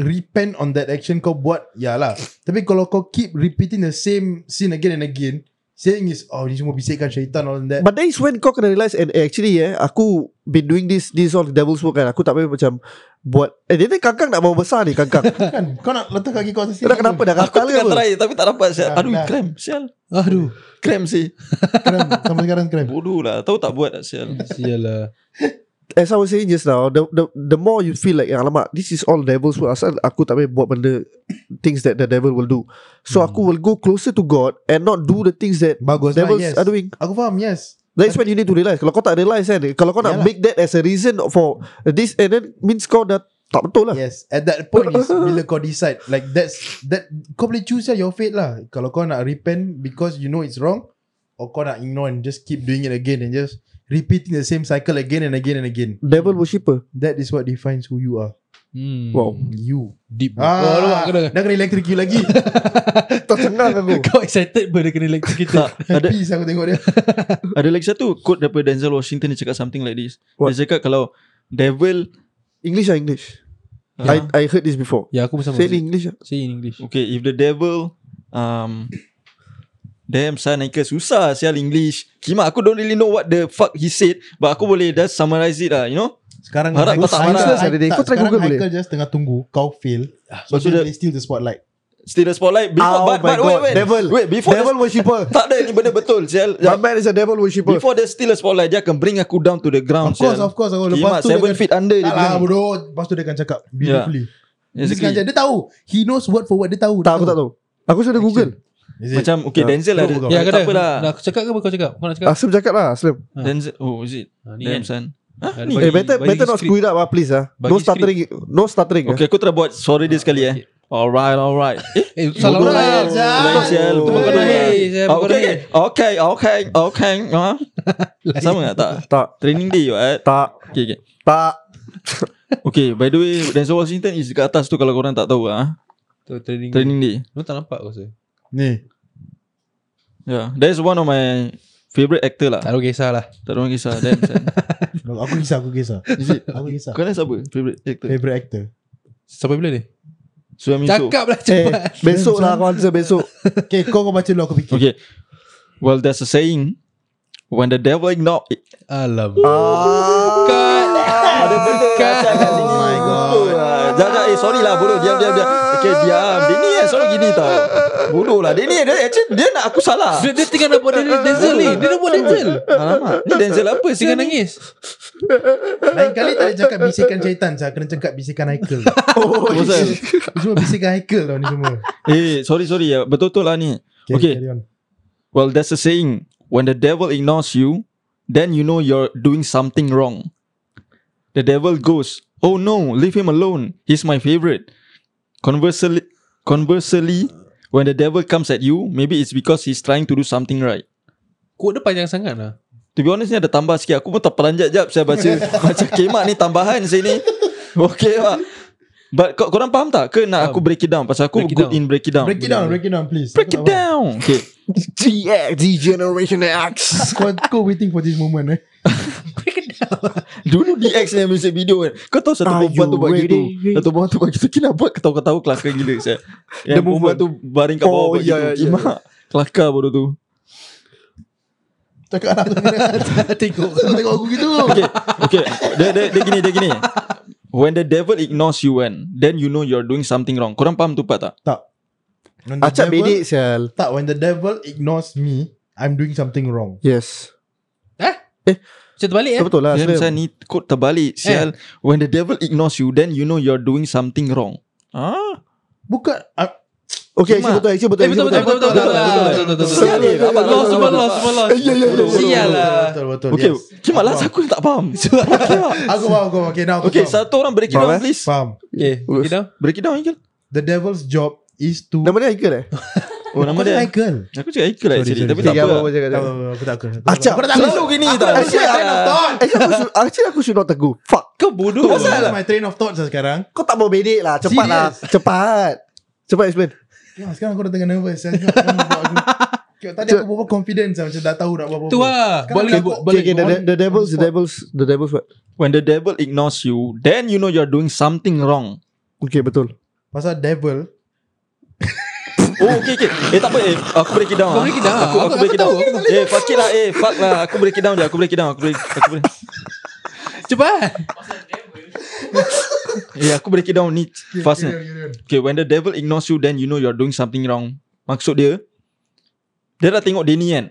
S3: repent on that action kau buat, ya lah. Tapi kalau kau keep repeating the same sin again and again, saying is, oh ni semua bisikan syaitan all that.
S1: But that is when kau kena realise And eh, actually eh Aku been doing this This all devil's work kan Aku tak payah macam Buat Eh dia ni kangkang nak mau besar ni
S3: *laughs*
S1: kangkang
S3: kan, kau nak letak kaki kau atas
S1: Kau dah kenapa dah gatal
S2: Aku
S1: ke
S2: tengah
S1: apa
S2: try Tapi tak dapat sial.
S3: Dah,
S2: Aduh
S3: Ah, dah.
S2: krem Sial
S4: Aduh
S2: Krem sih
S3: Kram, sampai sekarang kram.
S2: Bodoh lah Tahu tak buat *laughs* sial
S4: Sial lah
S1: As I was saying just now The, the, the more you feel like yang Alamak this is all devil's work Asal aku tak payah buat benda Things that the devil will do So
S4: Hmm.
S1: aku will go closer to God And not do the things that
S3: Bagus lah,
S1: Devils
S3: yes.
S1: are doing
S3: Aku faham, yes.
S1: That's when you need to realise Kalau kau tak realise kan Kalau kau nak
S3: Yalah.
S1: make that as a reason For this And then means kau dah Tak betul lah
S3: Yes, at that
S1: *laughs*
S3: point is bila kau decide like that's that kau boleh choose lah your fate lah. Kalau kau nak repent because you know it's wrong or kau nak ignore and just keep doing it again and just repeating the same cycle again and again and again.
S1: Devil worshipper
S3: That is what defines who you are.
S4: hmm.
S1: Wow.
S3: You.
S4: Deep oh, nampak
S3: Ah,
S4: kau dah,
S3: dah kena electric you lagi.
S1: *laughs* Tercengang aku
S4: Kau excited pun dia kena lecture
S1: *laughs*
S4: kita
S2: Tak Ada
S3: Peace aku tengok dia.
S2: ada lagi satu Quote daripada Denzel Washington Dia cakap something like this
S1: What?
S2: Dia cakap kalau Devil
S1: English lah English
S2: uh,
S1: I I heard this before.
S4: Ya aku pun sama
S1: Say it in English. ah.
S4: Say in English
S2: Okay if the devil um, Damn son Ika susah sial English Kima aku don't really know What the fuck he said But aku boleh just summarize it lah You know
S3: Sekarang
S2: Harap kau tak
S3: Haikal-
S2: marah.
S1: Ada dia.
S3: tak,
S1: Kau try
S3: sekarang
S1: Google Ah,
S3: Haikal just tengah tunggu kau fail. So
S2: Lepas tu
S3: dia
S2: dia-
S3: boleh steal the spotlight.
S2: Still the spotlight Before
S1: Oh
S2: but,
S1: my
S2: but wait
S1: God,
S2: wait
S1: devil.
S2: Wait before
S1: devil worshipper.
S2: the, Tak ada ni benda betul sial
S1: *laughs* My man is a devil worshipper.
S2: Before there's still a spotlight Dia akan bring aku down to the
S1: Oh,
S2: ground
S3: Of course,
S2: sial.
S3: of course. Aku
S2: Kimak
S3: lepas tu dia
S2: 7
S3: akan-
S2: feet under
S3: tak
S2: Dia
S3: lah
S2: bilang
S3: bodoh. Lepas tu dia akan cakap beautifully. Dia
S2: Exactly.
S3: sengaja dia tahu. He knows word for word dia
S1: Ya,
S3: tahu.
S1: tak aku tak tahu. Aku sudah Google.
S3: Is it?
S2: Macam okay
S1: Ya.
S2: Denzel
S3: Go,
S2: ada
S3: go.
S4: Ya
S2: Tak
S4: kau dah
S2: apalah
S4: Dah aku cakap ke apa kau cakap Kau nak cakap
S1: Aslam cakap lah Aslam.
S4: Ah.
S2: Denzel Oh is it
S4: Ah, ni
S2: Damn
S4: kan
S2: son Hah,
S4: Ah,
S2: ni
S4: bagi-
S1: eh better
S4: bagi
S1: better not
S4: script.
S1: screw it up ah please ah.
S4: Bagi
S1: No stuttering. No stuttering. ah.
S2: Okay
S1: Okay.
S2: aku try Ya. buat suara dia sekali eh Alright alright *laughs* Eh
S4: Eh salah
S2: bodoh
S4: orang
S2: lah. Lain sial
S1: Oh.
S2: Bukan kau dengar.
S4: Hey, sial,
S2: Ah,
S4: bukan
S2: Okay
S4: dia.
S2: okay Okay okay *laughs* ah. Sama tak tak
S1: Tak
S2: Training day you right
S1: tak
S2: Okay okay
S1: tak.
S2: Okay by the way Denzel Washington is dekat atas tu Kalau korang tak tahu ah.
S4: Tu training
S2: Training day
S4: Lu tak nampak kau saya
S3: Ni.
S2: Yeah Ya, That is one of my Favorite actor lah
S4: Tak ada kisah lah
S2: Tak ada orang kisah Damn son
S3: Aku kisah, aku kisah.
S2: Is it
S3: Aku kisah.
S2: Kau ni siapa Favorite actor
S3: Favorite actor.
S4: Sampai bila ni
S2: Suami So
S4: Cakap lah
S1: Eh
S4: cepat
S1: besok lah kau answer besok.
S3: Okay, kau kau baca dulu aku fikir.
S2: Okay Well there's a saying When the devil ignore
S1: *laughs*
S4: Alam
S1: Ah.
S4: Cut
S2: Ada benda
S4: Cut.
S2: macam kat sini.
S3: Oh my God.
S2: Betul lah. Jangan jangan. eh sorry lah bodoh diam diam diam. Okay diam. Dia ni yang selalu gini tau. Bodoh lah. Dia ni dia actually dia nak aku salah.
S4: Dia, dia tengah nak buat Denzel Denzel ni Dia nak buat Denzel
S2: Alamak. Ni Denzel lah. apa sih
S4: Tengah
S2: ni?
S4: nangis
S3: Lain kali tak boleh cakap bisikan syaitan saya kena cakap bisikan Haikal.
S1: Oh,
S2: Apa pasal?
S3: Ni semua bisikan Haikal tau ni semua.
S2: Eh sorry sorry ya. Betul betul lah ni.
S3: Okay,
S2: Okay.
S3: carry on.
S2: Well that's a saying. When the devil ignores you, then you know you're doing something wrong. The devil goes, "Oh no, leave him alone. He's my favorite." Conversely, conversely, when the devil comes at you, maybe it's because he's trying to do something right.
S4: Quote dia panjang sangat lah
S2: To be honest ni ada tambah sikit Aku pun terperanjat jap Saya baca Macam kemak ni tambahan saya ni Okay pak But kau, korang faham tak Ke nak aku break it down Pasal aku
S4: Break it
S2: good
S4: down.
S2: in break it down
S3: Break it down, break it down please.
S2: Break
S3: Aku
S2: it
S3: tak faham.
S2: down Okay
S1: GX Generation X.
S3: Kau kau waiting for this moment eh.
S2: Dulu DX ni music video kan Kau tahu satu
S1: Are
S2: perempuan
S1: you
S2: tu buat gitu
S1: ready?
S2: Satu perempuan tu buat gitu Kena buat ketawa-ketawa Kelakar gila saya Yang perempuan
S1: movement.
S2: tu Baring kat bawah
S1: Oh,
S2: buat
S1: ya, ya, ya.
S2: gitu Kimak Kelakar bodoh tu
S3: Cakap lah. anak aku
S4: Tengok
S3: Kau tengok aku gitu
S2: Okay Okay dia, dia, dia gini Dia gini When the devil ignores you kan Then you know you're doing something wrong Korang faham tu part *laughs* tak?
S3: When the
S1: Acap
S3: devil-
S1: bedik sial.
S3: Tak when the devil ignores me I'm doing something wrong
S1: Yes.
S4: Macam terbalik eh
S1: Yeah. Betul lah.
S2: Dia macam
S1: Aslam.
S2: ni Kod
S3: Eh.
S2: terbalik Sial When the devil ignores you Then you know you're doing something wrong Ah,
S3: Bukan ah,
S1: Okay,
S2: Cuma-
S1: actually betul, actually betul.
S4: Eh betul
S1: actually
S4: betul betul betul betul betul betul betul
S1: Sial, eh,
S4: betul
S1: abang,
S4: Lost
S1: abang,
S4: semua
S1: abang.
S4: lost semua lost
S1: Eh, ya, ya, ya, ya.
S4: Sial lah
S3: Betul betul, betul
S2: Okay
S3: yes.
S2: Cuma last
S3: Faham.
S2: aku yang tak
S3: *laughs*
S2: faham Okay lah
S3: Aku faham aku faham. Okay now aku
S2: Okay
S3: faham.
S2: satu orang break it
S1: Faham,
S2: down
S1: eh?
S2: please
S3: Faham
S4: Okay
S1: Lost.
S4: Kita
S2: Break it down Aikil
S3: The devil's job Is to
S1: Nama dia Haikal eh?
S2: Oh nama
S3: Kau
S2: dia
S3: cakap Michael
S2: Aku cakap Aikil lah
S3: Sorry,
S2: actually
S3: sorry,
S2: Tapi tak
S1: Okay, apa
S2: apa
S1: apa cakap tak
S3: Tak, tak,
S1: apa.
S3: tak, Aku tak aku tak-
S1: Acap.
S3: Aku tak
S2: Selalu gini tau
S3: Aku tak train of thought
S1: Actually Eh, aku, should, actually aku should not tegur Fuck
S4: Kau bodoh
S3: Aku tak
S2: lah.
S3: my train of thought sekarang
S1: Kau tak mau bedek lah Cepat lah Cepat Cepat explain
S3: Ya, sekarang aku dah tengah nervous Saya tengok orang buat aku.
S2: *laughs*
S3: Tengok, Tadi aku berapa confidence lah, Macam dah tahu nak buat apa
S4: Tu lah Boleh
S3: aku-
S1: okay,
S4: boleh
S1: okay, the,
S3: on-
S1: the, the devils The
S3: on the spot.
S1: devils The devils what
S2: When the devil ignores you Then you know you're doing something wrong
S1: Okay betul
S3: Pasal devil
S2: Oh okay okay Eh tak apa eh Aku break it down
S4: Kau
S2: ah.
S4: break it down.
S2: Aku, aku
S4: Aku-
S2: break
S4: aku
S2: it down
S4: tahu, aku
S2: Eh fuck it lah Eh fuck lah Aku break it down je Aku break it down Aku break, aku break.
S4: Cepat
S2: Eh aku break it down ni Fast ni
S3: Carry on, carry on.
S2: Okay when the devil ignores you Then you know you're doing something wrong Maksud dia Dia dah tengok Danny kan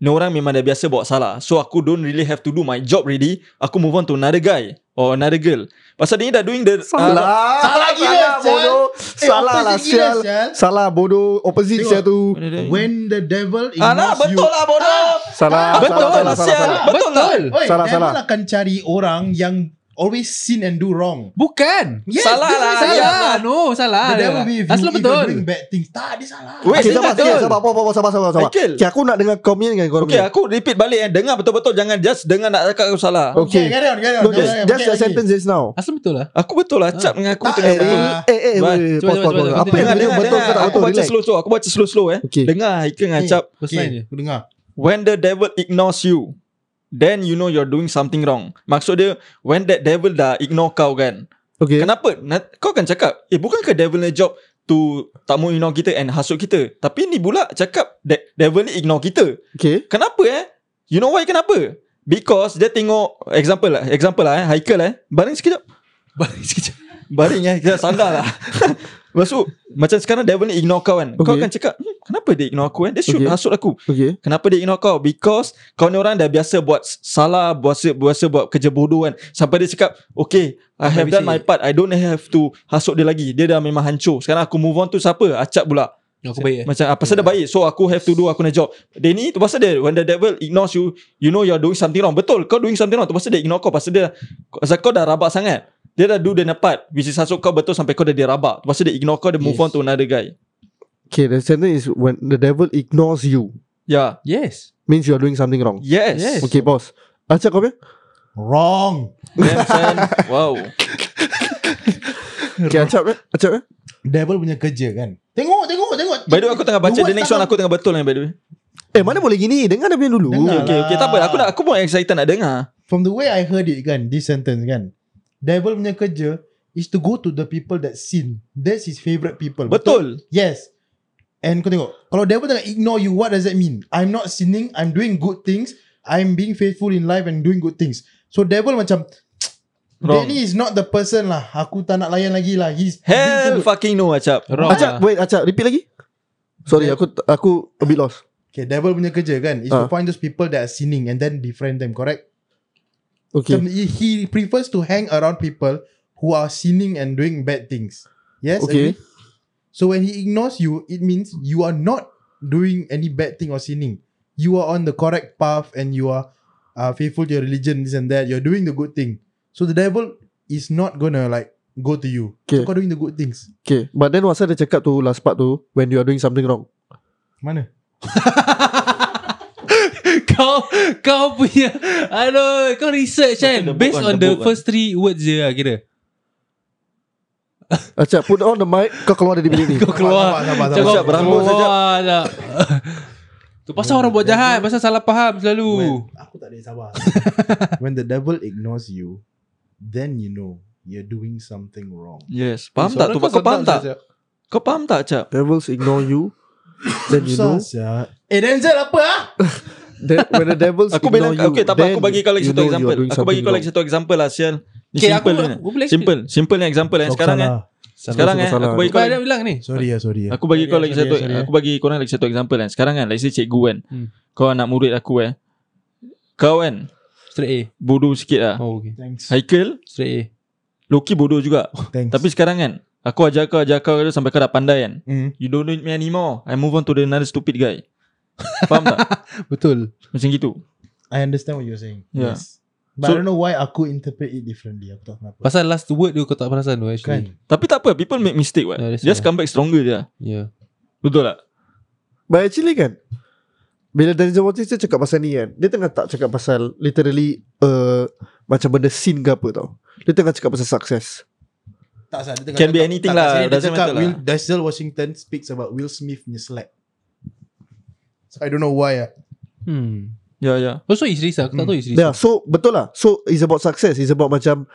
S2: Ni orang memang dah biasa buat salah So aku don't really have to do my job really Aku move on to another guy Or another girl Pasal dia ni dah doing the uh,
S1: Salah
S3: gila,
S1: Salah
S3: sial.
S1: bodoh
S3: Eh,
S1: Salah
S3: opposite
S1: lah
S3: gila,
S1: sial
S3: sial.
S1: Salah bodoh Opposite
S3: Tengok.
S1: sial tu
S2: When
S3: When the devil ignores
S2: Alah betul
S3: you
S2: lah bodoh
S1: Ah. Salah
S2: Betul
S1: salah, salah,
S2: lah
S1: salah,
S2: sial
S1: salah.
S2: Betul lah
S3: Oi,
S1: Salah,
S3: devil
S1: salah.
S3: akan cari orang Yang always sin and do wrong
S4: Bukan
S3: Yes,
S2: Salah
S3: this
S2: lah,
S3: is
S2: salah.
S4: Salah No
S2: Ah,
S4: salah
S2: ya,
S3: The devil be with you
S4: Aslam
S3: if you're doing
S4: betul
S3: bad things Tak dia salah
S2: Wait,
S1: Okay
S2: dia
S1: sabar
S2: tak
S1: sial,
S2: betul.
S1: Sabar apa, apa, apa, Sabar sabar sabar
S2: Aikil.
S1: Okay aku nak dengar kau punya dengan kau
S2: Okay
S1: punya
S2: aku repeat balik eh Dengar betul-betul Jangan just dengar nak cakap aku salah
S1: Okay
S3: carry on, carry on.
S1: No,
S3: Jangan
S1: just,
S3: lagi,
S1: just
S3: pakai
S1: that
S3: lagi.
S1: sentence just now
S4: Aslam betul lah
S2: Aku betul lah Cap dengan aku
S3: Tak,
S2: tengah
S1: Eh, eh,
S2: betul
S1: eh, eh,
S2: Ba-
S1: wait,
S4: Cuba,
S1: pause,
S4: cuba,
S1: pause,
S4: cuba,
S1: pause. Apa
S4: continue.
S1: yang
S2: Dengar,
S1: dia
S2: dengar,
S1: betul
S2: dengar.
S1: ke tak
S2: Aku
S1: betul?
S2: baca
S1: Relax.
S2: slow slow Aku baca slow slow eh
S1: Okay.
S2: Dengar Haikal dengan
S3: Eh.
S2: Cap
S4: First
S3: Okay,
S4: line je
S3: aku dengar
S2: When the devil ignores you Then you know you're doing something wrong Maksud dia When that devil dah ignore kau kan
S1: Okay.
S2: Kenapa? Na- Kau kan cakap Eh bukankah devil ni job To tak mau ignore kita And hasut kita Tapi ni pula cakap that Devil ni ignore kita
S1: Okay.
S2: Kenapa eh? You know why kenapa? Because dia tengok Example lah Example lah eh Haikal eh Baring
S1: *laughs*
S2: sekejap
S4: Balik sekejap
S2: Baring eh Kita sandar lah Lepas tu Macam sekarang Devil ni ignore kau kan okay. Kau
S1: Okay.
S2: akan cakap hmm, Kenapa dia ignore aku eh Dia shoot
S1: Okay.
S2: okay. hasut aku
S1: Okay.
S2: Kenapa dia ignore kau Because Kau ni orang dah biasa buat s- Salah Biasa, biasa buat kerja bodoh kan Sampai dia cakap Okay I have
S4: Habis
S2: done my part I don't have to Hasut dia lagi Dia dah memang hancur Sekarang aku move on tu siapa Acap pula
S4: Aku baik eh
S2: macam ah, pasal dia baik So aku have to do Aku nak job Dia ni tu pasal dia When the devil ignores you You know you're doing something wrong Betul kau doing something wrong Tu pasal dia ignore kau Pasal dia Pasal kau dah rabak sangat Dia dah do the part Which is hasut kau betul Sampai kau dah dia rabak Tu pasal dia ignore kau Dia move
S4: Yes.
S2: on to another guy
S1: Okay, the sentence is when the devil ignores you
S2: Yeah
S4: Yes
S1: means you are doing something wrong.
S2: Ya. Yes,
S4: Yes.
S1: Okay, pause. Acak kau punya?
S3: Wrong
S2: Damn,
S4: *laughs*
S2: son. Wow
S1: Okay, acap eh? Acap eh?
S3: Devil punya kerja kan Tengok tengok tengok
S2: By the way aku tengah baca
S3: You
S2: The next
S3: want
S2: one aku tengah betul ni by the way
S1: Eh, mana boleh gini? Dengar dia punya dulu.
S3: Dengar.
S2: Okay okay tak apa Aku nak aku pun excited nak dengar
S3: From the way I heard it kan This sentence kan Devil punya kerja Is to go to the people that sin That's his favourite people
S2: Betul
S3: Yes And kau tengok Kalau devil tengah ignore you What does that mean I'm not sinning I'm doing good things I'm being faithful in life And doing good things So devil macam
S2: Wrong.
S3: Danny is not the person lah Aku tak nak layan lagi lah He's
S2: Hell fucking no Acap
S4: Wrong
S1: Acap,
S2: ah.
S1: wait, acap. Repeat lagi. Sorry, aku aku a bit lost.
S3: Okay devil punya kerja kan Is
S1: Ah.
S3: to find those people That are sinning And then befriend them Correct
S1: Okay.
S3: Macam he, he prefers to hang around people who are sinning and doing bad things. Yes.
S1: Okay.
S3: agree? So when he ignores you, it means you are not doing any bad thing or sinning. You are on the correct path and you are uh, faithful to your religion, this and that. You're doing the good thing. So the devil is not gonna like go to you.
S1: Okay.
S3: So kau doing the good things.
S1: Okay. But then masa dia cakap tu last part tu when you are doing something wrong.
S3: Mana?
S4: Kau Kau punya Aduh Kau research
S2: Okay, the
S4: kan
S2: book
S4: Based
S2: one,
S4: on
S2: the
S4: the
S2: book
S4: first three words je lah kira
S1: Acap, put on the mic. Kau keluar dari
S2: *laughs*
S1: bilik ni.
S4: Kau keluar
S3: Sabar, sabar, sabar,
S2: Sekejap,
S4: Cakap
S3: sabar.
S2: berambut sekejap.
S4: keluar sekejap *laughs* Tu pasal orang buat jahat Pasal salah faham selalu
S3: When- Aku tak boleh *laughs* sabar. when the devil ignores you, then you know you're doing something wrong.
S2: Yes Faham tak tu Kau faham tak Kau faham tak Acap
S1: Devils ignore you. Then you know.
S3: Susah sia. Eh Denzel apa ah?
S1: the, when the devils
S2: Aku
S1: ignore
S2: bilang
S1: you,
S2: Okay tak apa Aku
S1: then
S2: bagi kau lagi
S1: you
S2: satu
S1: know you are
S2: example
S1: doing
S2: Aku bagi
S1: something
S2: kau lagi
S1: wrong.
S2: satu example lah Sial Ni
S4: Okay, aku,
S2: simple ni
S4: aku boleh
S2: Simple Simple ni example eh
S3: Kau
S2: Sekarang eh
S3: salah.
S4: Salah,
S2: Sekarang eh
S1: salah,
S2: Aku
S1: salah.
S2: bagi
S4: Kau
S2: kau
S4: dah bilang ni
S3: Sorry ya sorry ya
S2: Aku bagi
S4: Sorry,
S2: kau lagi
S4: sorry,
S2: satu
S4: sorry, eh.
S2: Aku bagi korang lagi satu example kan Sekarang kan Let's say cikgu kan
S4: Hmm.
S2: Kau anak murid aku eh Kau kan
S4: Straight
S2: Bodoh sikit lah
S4: A Oh okay
S3: Thanks
S2: Haikal
S4: Straight A
S2: Loki bodoh juga
S3: Thanks
S2: Tapi sekarang kan Aku ajar kau Ajar kau Sampai kau dah pandai kan
S3: mm.
S2: You don't need me anymore I move on to the another stupid
S4: *laughs*
S2: guy Faham tak
S4: Betul
S2: Macam gitu
S3: I understand what you're saying
S2: Yeah.
S3: Yes But
S2: So-
S3: I don't know why Aku interpret it differently Aku tak kenapa
S4: Pasal last word tu Kau tak perasan tu actually
S3: Kan
S2: Tapi tak apa People make mistake what
S4: Yeah, that's
S2: Just
S4: right.
S2: come back stronger je lah.
S4: Yeah
S2: Betul tak
S1: But actually kan Bila Denzel Washington cakap pasal ni kan Dia tengah tak cakap pasal Literally uh, Macam benda scene ke apa tau Dia tengah cakap pasal success
S3: Tak sah dia tengah
S2: Can be
S3: cakap-
S2: anything
S3: tak, tak,
S2: lah,
S3: sini Dia
S2: doesn't
S3: cakap
S2: matter lah.
S3: Will, Denzel Washington Speaks about Will Smith punya slack So I don't know why ah.
S4: Hmm
S2: Ya ya
S4: Also Isris lah Aku tak tahu Isris
S1: Yeah, so betul lah So it's about success It's about macam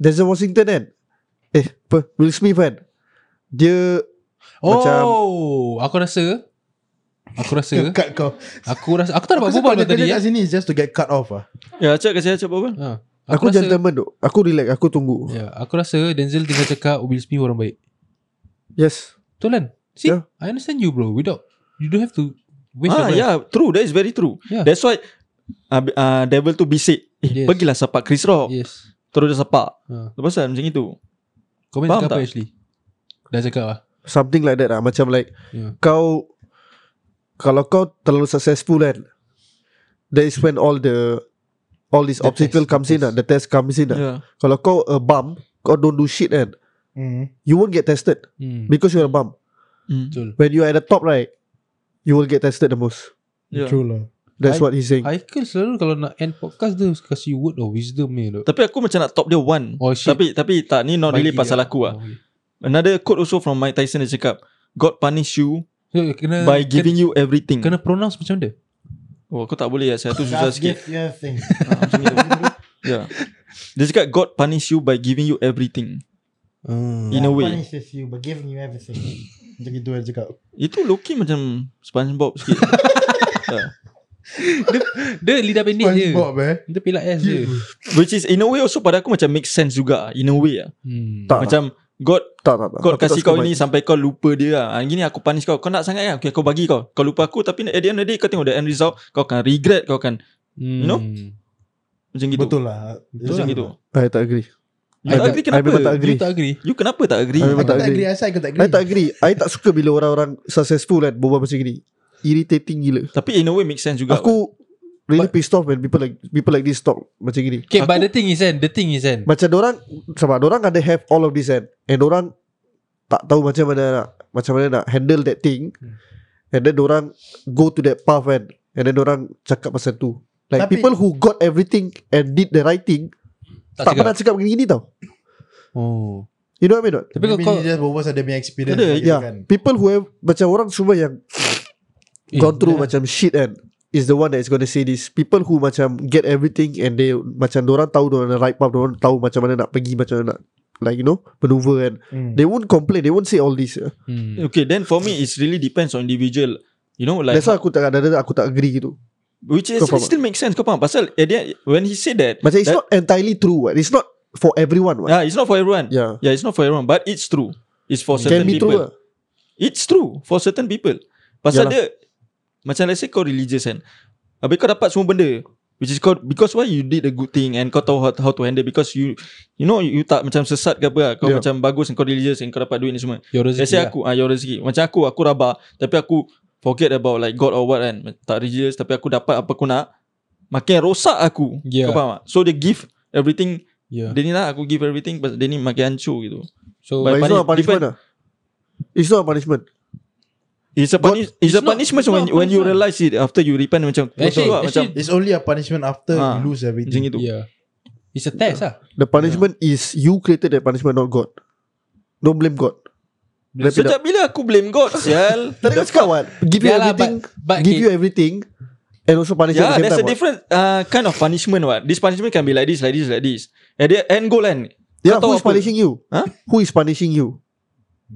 S1: Denzel Washington kan Eh apa Will Smith kan Dia
S4: Oh Aku rasa Aku rasa
S3: Cut kau
S4: Aku rasa Aku tak dapat
S3: Aku
S4: berbual
S3: sebab
S4: dengan
S3: tadi
S4: tadi
S3: kat
S4: eh.
S3: sini is Just to get cut off ah.
S2: Ya acak kasi acak apa
S4: Ha.
S1: Aku, aku gentleman tu Aku relax Aku tunggu
S4: Ya, aku rasa Denzel tengah cakap Will Smith orang baik.
S1: Yes
S4: Betul kan? See,
S1: Yeah.
S4: I understand you bro. Without you don't have to waste
S2: Ya. Ah
S4: your breath.
S2: yeah True that is very true
S4: Yeah.
S2: That's why uh, uh, Devil tu bisik Eh
S4: Yes.
S2: pergilah sepak Chris Rock
S4: Yes.
S2: Terus dia sepak
S4: Ha.
S2: Lepas tu macam itu
S4: Kau main
S2: Faham
S4: cakap apa
S2: tak?
S4: actually? Dah cakap lah.
S1: Something like that lah Macam like
S4: Yeah.
S1: Kau Kalau kau terlalu successful kan That is when all the All this
S4: The
S1: obstacle
S4: test, the
S1: comes in lah The test comes in lah
S2: yeah.
S1: Kalau kau a bum Kau don't do shit kan
S3: mm.
S1: You won't get tested
S4: Hmm.
S1: Because you're a bum
S2: Mm.
S4: Betul.
S1: When you are at the top right You will get tested the most
S2: Yeah.
S3: True lah
S1: That's
S4: I-
S1: what he's saying
S4: Haikal selalu kalau nak end podcast dia kasih word of wisdom ni tu.
S2: Tapi aku macam nak top dia one
S4: Oh shit.
S2: Tapi tapi tak ni not really
S4: Bagi
S2: pasal
S4: dia.
S2: aku lah
S4: Oh, okay.
S2: Another quote also from Mike Tyson dia cakap God punish you
S4: So, kena
S2: by giving you everything.
S4: kena, kena pronounce macam dia.
S2: Oh, aku tak boleh ya. Saya tu susah
S3: Just
S2: sikit.
S3: give you a
S2: *laughs*
S3: thing
S2: Ha, macam gitu. Ya.
S1: *laughs*
S2: Dia cakap God punish you by giving you everything.
S4: Hmm.
S2: In a way.
S3: Punishes you But giving you everything Macam gitu dia cakap
S2: Itu Loki macam SpongeBob sikit. *laughs*
S4: Dia lidah pendek je.
S3: SpongeBob eh
S4: Dia pilak ass je.
S2: Which is in a way also pada aku macam make sense juga. In a way lah.
S4: Hmm.
S1: Tak.
S2: Macam God
S1: Tak tak tak Ah.
S2: God
S1: Aku tak
S2: kasih
S1: suka
S2: kau
S1: Mike.
S2: ini sampai kau lupa dia lah. Gini aku punish kau. Kau nak sangat kan? Okay, aku bagi kau. Kau lupa aku tapi at the end of the day kau tengok the end result. Kau akan regret. Kau akan
S4: Hmm.
S2: You know? macam gitu.
S3: Betul lah
S2: Macam gitu.
S1: I tak agree
S2: You tak agree
S1: I
S2: kenapa?
S1: memang tak
S4: You
S1: agree
S4: tak agree?
S2: You kenapa tak agree?
S1: I memang
S3: Aku tak
S1: tak
S3: agree
S1: agree.
S3: Asal aku tak
S1: I tak
S3: agree
S1: agree I tak suka bila orang-orang Successful kan Berbual macam ni Irritating gila
S2: Tapi in a way make sense juga.
S1: Aku Really pissed off when people like People like this talk Macam gini
S4: Okay, but
S2: Aku-
S4: the thing is kan, the thing is kan,
S1: Macam orang Sama orang ada have all of this kan And orang Tak tahu macam mana nak Macam mana nak handle that thing
S4: Hmm.
S1: And then orang Go to that path kan And then orang Cakap pasal tu Like
S3: Tapi-
S1: people who got everything And did the right thing Tak,
S4: tak
S1: tak pernah cakap
S4: cakap.
S1: gini-gini tau
S4: Oh.
S1: You know what I mean or not?
S4: Tapi
S3: Maybe
S4: kau
S3: dia just berbual pasal dia punya experience
S2: Ada,
S3: lah gitu
S1: Yeah
S3: kan.
S1: People who have Macam orang semua yang
S4: eh,
S1: Gone through
S4: dah.
S1: macam shit kan Is the one that is going to say this People who macam Get everything And they Macam orang tahu Diorang the right path Diorang tahu macam mana nak pergi Macam mana nak Like you know Maneuver kan
S3: Mm.
S1: They won't complain They won't say all this yeah.
S4: Hmm.
S2: Okay, then for me it's really depends on individual. You know, like
S1: That's why aku tak ada Aku tak agree gitu
S2: which is
S1: Kau faham
S2: it still makes sense. Kau faham? Pasal at the end, when he said that,
S1: Macam it's
S2: that,
S1: not entirely true what. It's not for everyone what.
S2: Yeah, it's not for everyone.
S1: Yeah.
S2: Yeah, it's not for everyone, but it's true. It's for
S1: Can
S2: certain
S1: be true lah.
S2: people. It's true for certain people.
S1: Yalah.
S2: Pasal dia macam let's say kau religious kan. Habis kau dapat semua benda which is kau because why you did a good thing and kau tahu how, how to handle because you you know you tak macam sesat ke apa lah. kau
S1: Yeah.
S2: macam bagus and kau religious and kau dapat duit ni semua.
S4: Your rezeki
S2: Let's say
S4: lah.
S2: aku ah, your rezeki. Macam aku aku rabak tapi aku forget about like God or what kan. Tak religious tapi aku dapat apa aku nak. Makin rosak aku.
S4: Yeah.
S2: Kau faham tak? So dia give everything
S4: Yeah.
S2: dia ni lah aku give everything Pasal dia ni makin hancur gitu
S4: So
S1: But
S2: But
S1: it's not a
S2: punish-
S1: punishment lah. It's not a punishment.
S2: It's a, punish, it's
S4: it's
S2: a
S4: not-
S2: punishment
S4: it's not
S2: when,
S4: a
S2: when you
S4: punishment.
S2: realise it After you repent macam
S4: Actually-
S2: betul lah, macam
S4: actually-
S3: It's only a punishment after
S2: Ah,
S3: you lose
S2: Macam
S3: everything.
S2: itu
S4: yeah. ya. It's a test lah.
S1: The punishment is you created that punishment not God. Don't blame God. Wrap it up.
S2: Sejak bila aku blame
S4: *laughs*
S2: God Sial
S1: Tadi kau cakap what? Give you
S4: Yeah lah,
S1: everything.
S4: but- but
S1: give
S4: okay.
S1: you everything. And also punish at
S2: Yeah,
S1: the
S2: Ya, there's
S1: same time.
S2: a
S1: what.
S2: different uh, kind of punishment what. This punishment can be like this, like this, like this. At the end goal kan.
S1: Yeah,
S2: Kau tahu
S1: who is
S2: apa?
S1: punishing you?
S2: Huh?
S1: Who is punishing you?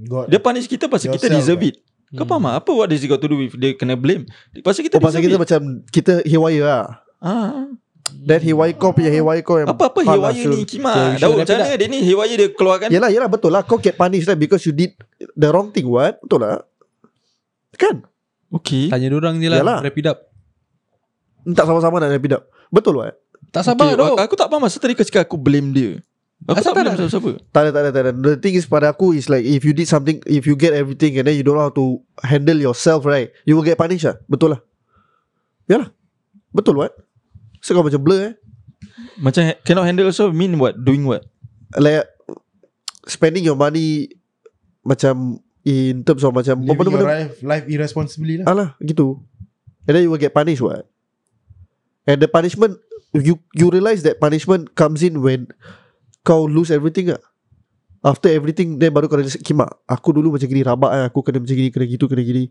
S3: God.
S2: Dia punish kita pasal kita
S3: Yourself,
S4: eh.
S2: deserve
S3: kan?
S2: it. Kau
S4: Hmm.
S2: faham tak? Apa what does it got to do with Dia kena blame Pasal
S1: Hmm.
S2: kita
S1: Oh pasal kita
S2: deserve it.
S1: macam Kita haywire lah
S2: ah.
S1: Then haywire kau punya haywire kau yang
S2: Apa-apa
S1: pang lah,
S2: hewaya
S1: Syul.
S2: ni
S4: Okay,
S2: Kima
S4: Syul,
S2: Daud macam
S4: tapi
S2: mana dia ni Hewaya dia keluarkan
S1: Yelah yelah betul lah Kau get punished lah Because you did The wrong thing what Betul lah Kan
S2: Okay
S4: Tanya dorang je lah
S1: Yalah.
S4: Wrap it up
S1: Tak sama-sama nak rapid up Betul what
S4: Tak sabar
S2: okay,
S4: dok
S2: Aku tak faham Masa tadi kau cakap Aku blame dia Aku tak,
S4: Asal tak
S2: blame
S4: nak-
S2: siapa-siapa
S1: Tak ada, tak ada, tak ada. The thing is pada aku is like if you did something, if you get everything and then you don't know how to handle yourself, right? You will get punished lah. Betul lah. Yalah. Betul what? So kau macam blur eh.
S2: Macam ha- cannot handle also Mean what Doing what
S1: Like spending your money macam in terms of macam
S3: Living your
S1: benda-benda.
S3: life, life irresponsibly lah
S1: Alah gitu. And then you will get punished what? And the punishment you you realize that punishment comes in when kau lose everything lah. After everything Then baru kau rasa Kima Aku dulu macam gini Rabak eh Aku kena macam gini Kena gitu Kena gini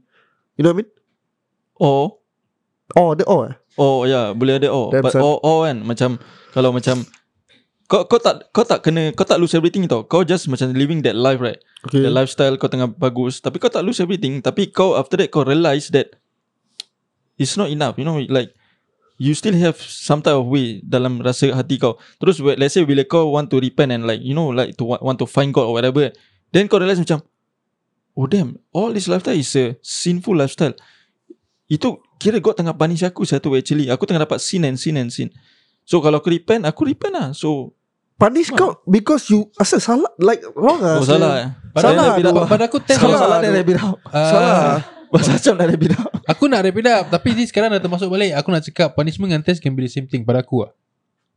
S1: You know what I mean
S2: Or
S1: Oh the oh eh
S2: Oh ya yeah, Boleh ada or
S1: Damn,
S2: But
S1: son.
S2: or, or kan Macam Kalau macam kau, kau tak kau tak kena kau tak lose everything tau. Kau just macam living that life right.
S1: Okay
S2: The lifestyle kau tengah bagus tapi kau tak lose everything tapi kau after that kau realise that it's not enough you know like you still have some type of way dalam rasa hati kau terus we- let's say bila kau want to repent and like you know like to wa- want to find God or whatever then kau realise macam oh damn all this lifestyle is a sinful lifestyle itu kira God tengah punish aku satu actually aku tengah dapat sin and sin and sin so kalau aku repent aku repent lah so
S1: Punish kau Because you Asal salah Like wrong lah
S2: oh
S1: asal.
S2: salah eh.
S1: Salah,
S2: Then wrap it up
S1: aduh.
S2: lah.
S4: Pada aku
S1: Salah,
S4: test
S2: kalau
S4: kalau-
S2: salah then
S1: aduh.
S2: wrap it up
S4: Ah,
S1: Salah
S2: *laughs* Bahasa macam nak wrap it up
S4: Aku nak wrap it up Tapi ni sekarang dah termasuk balik Aku nak cakap Punishment dengan test Can be the same thing Pada aku lah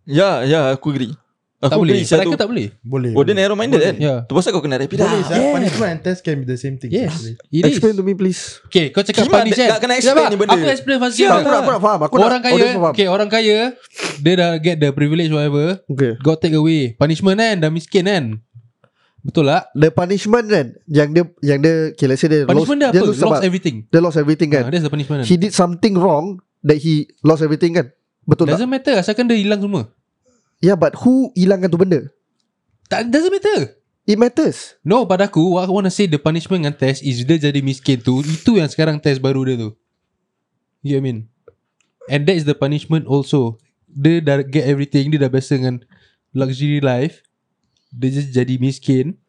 S2: Ya, ya, aku agree. Aku
S4: Tak boleh
S2: agree.
S4: Pada
S2: Satu,
S4: aku tak boleh
S3: Boleh
S2: oh, dia
S3: boleh.
S2: narrow minded kan?
S4: Ya.
S2: Tu pasal kau kena rapid lah.
S3: Boleh
S2: up.
S3: yeah. Punishment and test can be the same thing
S4: Yes
S3: actually.
S4: It is
S1: Explain to me please
S4: Okay kau cakap
S2: Kimak,
S4: punish
S2: nak-
S4: kan
S2: nak kena explain
S4: Sabar,
S2: ni benda.
S4: Aku explain first
S1: Tak, Ya, Aku nak, aku nak faham aku
S4: Ya. Orang
S1: nak,
S4: kaya
S1: audience faham.
S4: Okay orang kaya Dia dah get the privilege whatever
S1: okay
S4: God take away Punishment kan Dah miskin kan Betul lah
S1: The punishment kan Yang dia Yang dia Okay let's say dia
S4: Punishment dia
S1: lost, dia
S4: apa
S1: lose
S4: Lost
S1: about-
S4: everything
S1: Dia lost everything kan
S4: Ah, That's the punishment
S1: He
S4: kan
S1: did something wrong That he lost everything kan Betul tak?
S4: Doesn't matter Asalkan dia hilang semua
S1: Yeah but who hilangkan tu benda
S4: tak, Doesn't matter
S1: It matters
S4: No pada aku What I want to say The punishment dengan test Is dia jadi miskin tu Itu yang sekarang test baru dia tu You know what I mean And that is the punishment also Dia dah get everything Dia dah biasa dengan Luxury life Dia just jadi miskin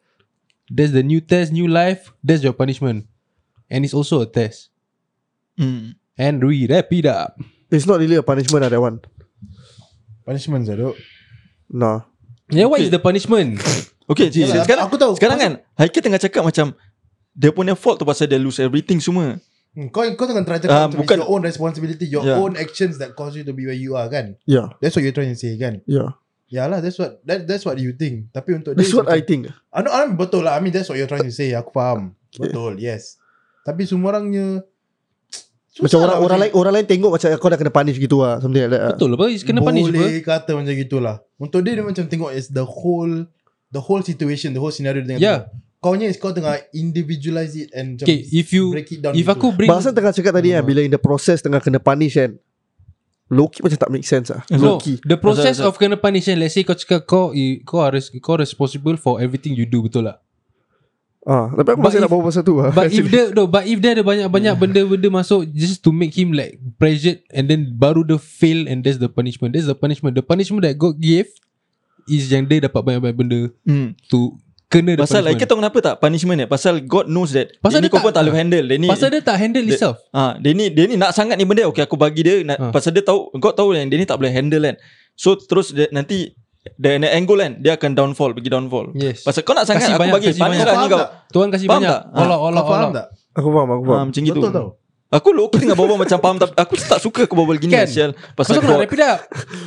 S4: That's the new test New life That's your punishment And it's also a test
S2: Hmm.
S4: And we wrap it up
S1: It's not really a punishment lah that one
S3: Punishment je dok
S1: Nah
S4: Yeah what
S2: Okay.
S4: is the punishment
S2: Okay,
S3: Yalah,
S2: Yalah,
S3: aku-
S2: sekarang
S3: aku tahu.
S2: Sekarang kan, Haikal tengah cakap macam dia punya fault tu pasal dia lose everything semua.
S3: Hmm, Kau kau tengah try
S2: Ah,
S3: cakap macam
S2: bukan-
S3: it's your own responsibility, your
S2: Yeah.
S3: own actions that cause you to be where you are kan.
S1: Yeah
S3: That's what you're trying to say kan.
S1: Yeah
S3: Ya lah, that's what that, that's what you think. Tapi untuk
S1: That's
S3: dia,
S1: what I
S3: macam-
S1: think
S3: I know, I know, betul lah. I mean that's what you're trying to say. Aku faham.
S1: Okay.
S3: Betul, yes. Tapi semua orangnya
S1: Macam
S3: susah
S1: orang,
S3: lah
S1: orang lain orang lain tengok macam kau dah kena punish gitu lah Something like that lah.
S4: Betul apa It's kena punish apa
S3: Boleh kata macam gitulah. Untuk dia dia macam tengok is the whole the whole situation, the whole scenario dia tengah
S4: Yeah.
S3: tengok. Kau nya is kau tengah individualize it and macam
S4: Okay if you
S3: break it down.
S4: If
S3: gitu.
S4: aku bring
S1: Bahasa tengah cakap tadi
S4: Ah.
S1: kan Bila in the process tengah kena punish kan Loki macam tak make sense lah
S4: No,
S1: Loki
S4: the process
S2: Azhar,
S4: of kena punish Let's say kau cakap kau i- kau harus kau responsible for everything you do betul lah.
S1: ah, Tapi aku
S4: But
S1: masih
S4: if-
S1: nak bawa pasal tu lah
S4: But if dia no, but if dia ada banyak-banyak benda-benda masuk just to make him like pressured and then baru dia fail and that's the punishment. That's the punishment. The punishment that God give is yang dia dapat banyak-banyak benda
S2: Hmm.
S4: to kena the
S2: Pasal Haikal
S4: punishment.
S2: tahu kenapa tak punishment ni? Pasal God knows that
S4: Pasal
S2: dia ni
S4: dia
S2: kau pun
S4: tak-
S2: tak boleh handle. Dia ni
S4: Pasal dia tak handle
S2: Dia-
S4: itself.
S2: Ha, dia ni dia ni nak sangat ni benda. Okey aku bagi dia nak,
S4: Ha.
S2: pasal dia tahu God tahu yang dia ni tak boleh handle kan. So terus dia, nanti dia ada angle kan dia akan downfall pergi downfall.
S4: Yes.
S2: Pasal kau nak sangat
S4: Kasih
S2: aku
S4: banyak,
S2: bagi
S4: kasih
S2: punish
S4: banyak.
S2: lah ni
S3: faham
S2: kau.
S3: tak?
S4: Tuhan kasih
S2: Faham
S4: banyak.
S2: tak? Ah.
S4: Allah Allah
S3: Kau faham
S4: Allah.
S3: tak?
S1: Aku faham aku
S2: Ha,
S4: Ah,
S1: faham
S2: macam gitu.
S3: Betul tau.
S2: Aku low key tengah berbual *laughs* macam faham tapi aku tak suka aku berbual gini lah,
S4: Kan?
S2: sial. Pasal
S4: Pasal kau nak
S2: kau
S4: wrap it up.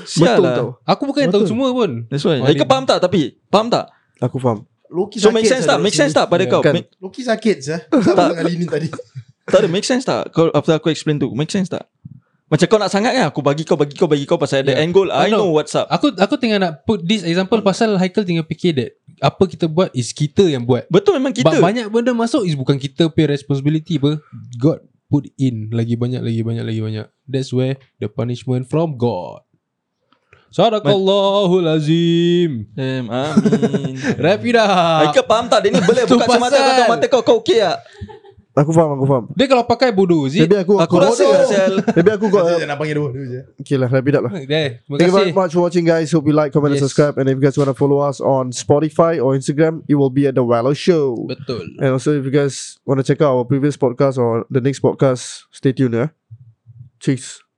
S2: sial
S1: Betul
S2: lah.
S1: tau
S4: Aku bukan yang tahu
S1: Betul.
S4: semua pun.
S2: That's why.
S4: Oh,
S2: Haikal
S4: dia-
S2: faham tak tapi? Faham tak?
S1: Aku faham
S3: Loki
S2: So make
S3: sakit
S2: sense
S3: sia
S2: tak?
S4: lah,
S3: dok
S2: Make sense
S3: sini.
S2: tak pada
S4: Ya,
S1: Yeah,
S2: kau?
S1: kan?
S2: Make,
S3: Loki sakit sah. Sama dengan Lini tadi.
S2: tak ada make sense tak? Kau after aku explain tu. Make sense tak? Macam kau nak sangat kan aku bagi kau bagi kau bagi kau pasal ada
S4: Yeah.
S2: end goal. I
S4: I
S2: know
S4: know.
S2: what's up.
S4: Aku aku tengah nak put this example pasal Haikal tengah fikir that apa kita buat is kita yang buat.
S2: Betul memang
S4: Kita. But
S2: kita.
S4: banyak benda masuk is bukan kita pay responsibility apa. God put in lagi banyak lagi banyak lagi banyak. That's where the punishment from God. Sadaqallahul azim.
S2: Damn, amin.
S4: Wrap it up.
S2: Haikal faham tak? Dia ni boleh
S4: Ah. Tu
S2: buka semata kau
S4: pasal.
S2: tengok mata kau kau okey tak?
S1: Aku faham Aku faham
S4: Dia kalau pakai bodoh is it? lah,
S1: Maybe aku
S2: Aku
S1: Aku,
S2: rasa
S3: bodoh.
S2: pasal
S1: maybe aku got
S3: Kau nak panggil dua dulu je
S1: Okay lah Wrap it up lah
S4: There, Eh, terima
S1: Thank you very
S4: kasih.
S1: much for watching, guys. Hope you like, comment, and
S4: Yes.
S1: subscribe. And if you guys want to follow us on Spotify or Instagram, it will be at The Wallow Show.
S4: Betul.
S1: and also, if you guys want to check out our previous podcast or the next podcast, stay tuned. Yeah? Cheers.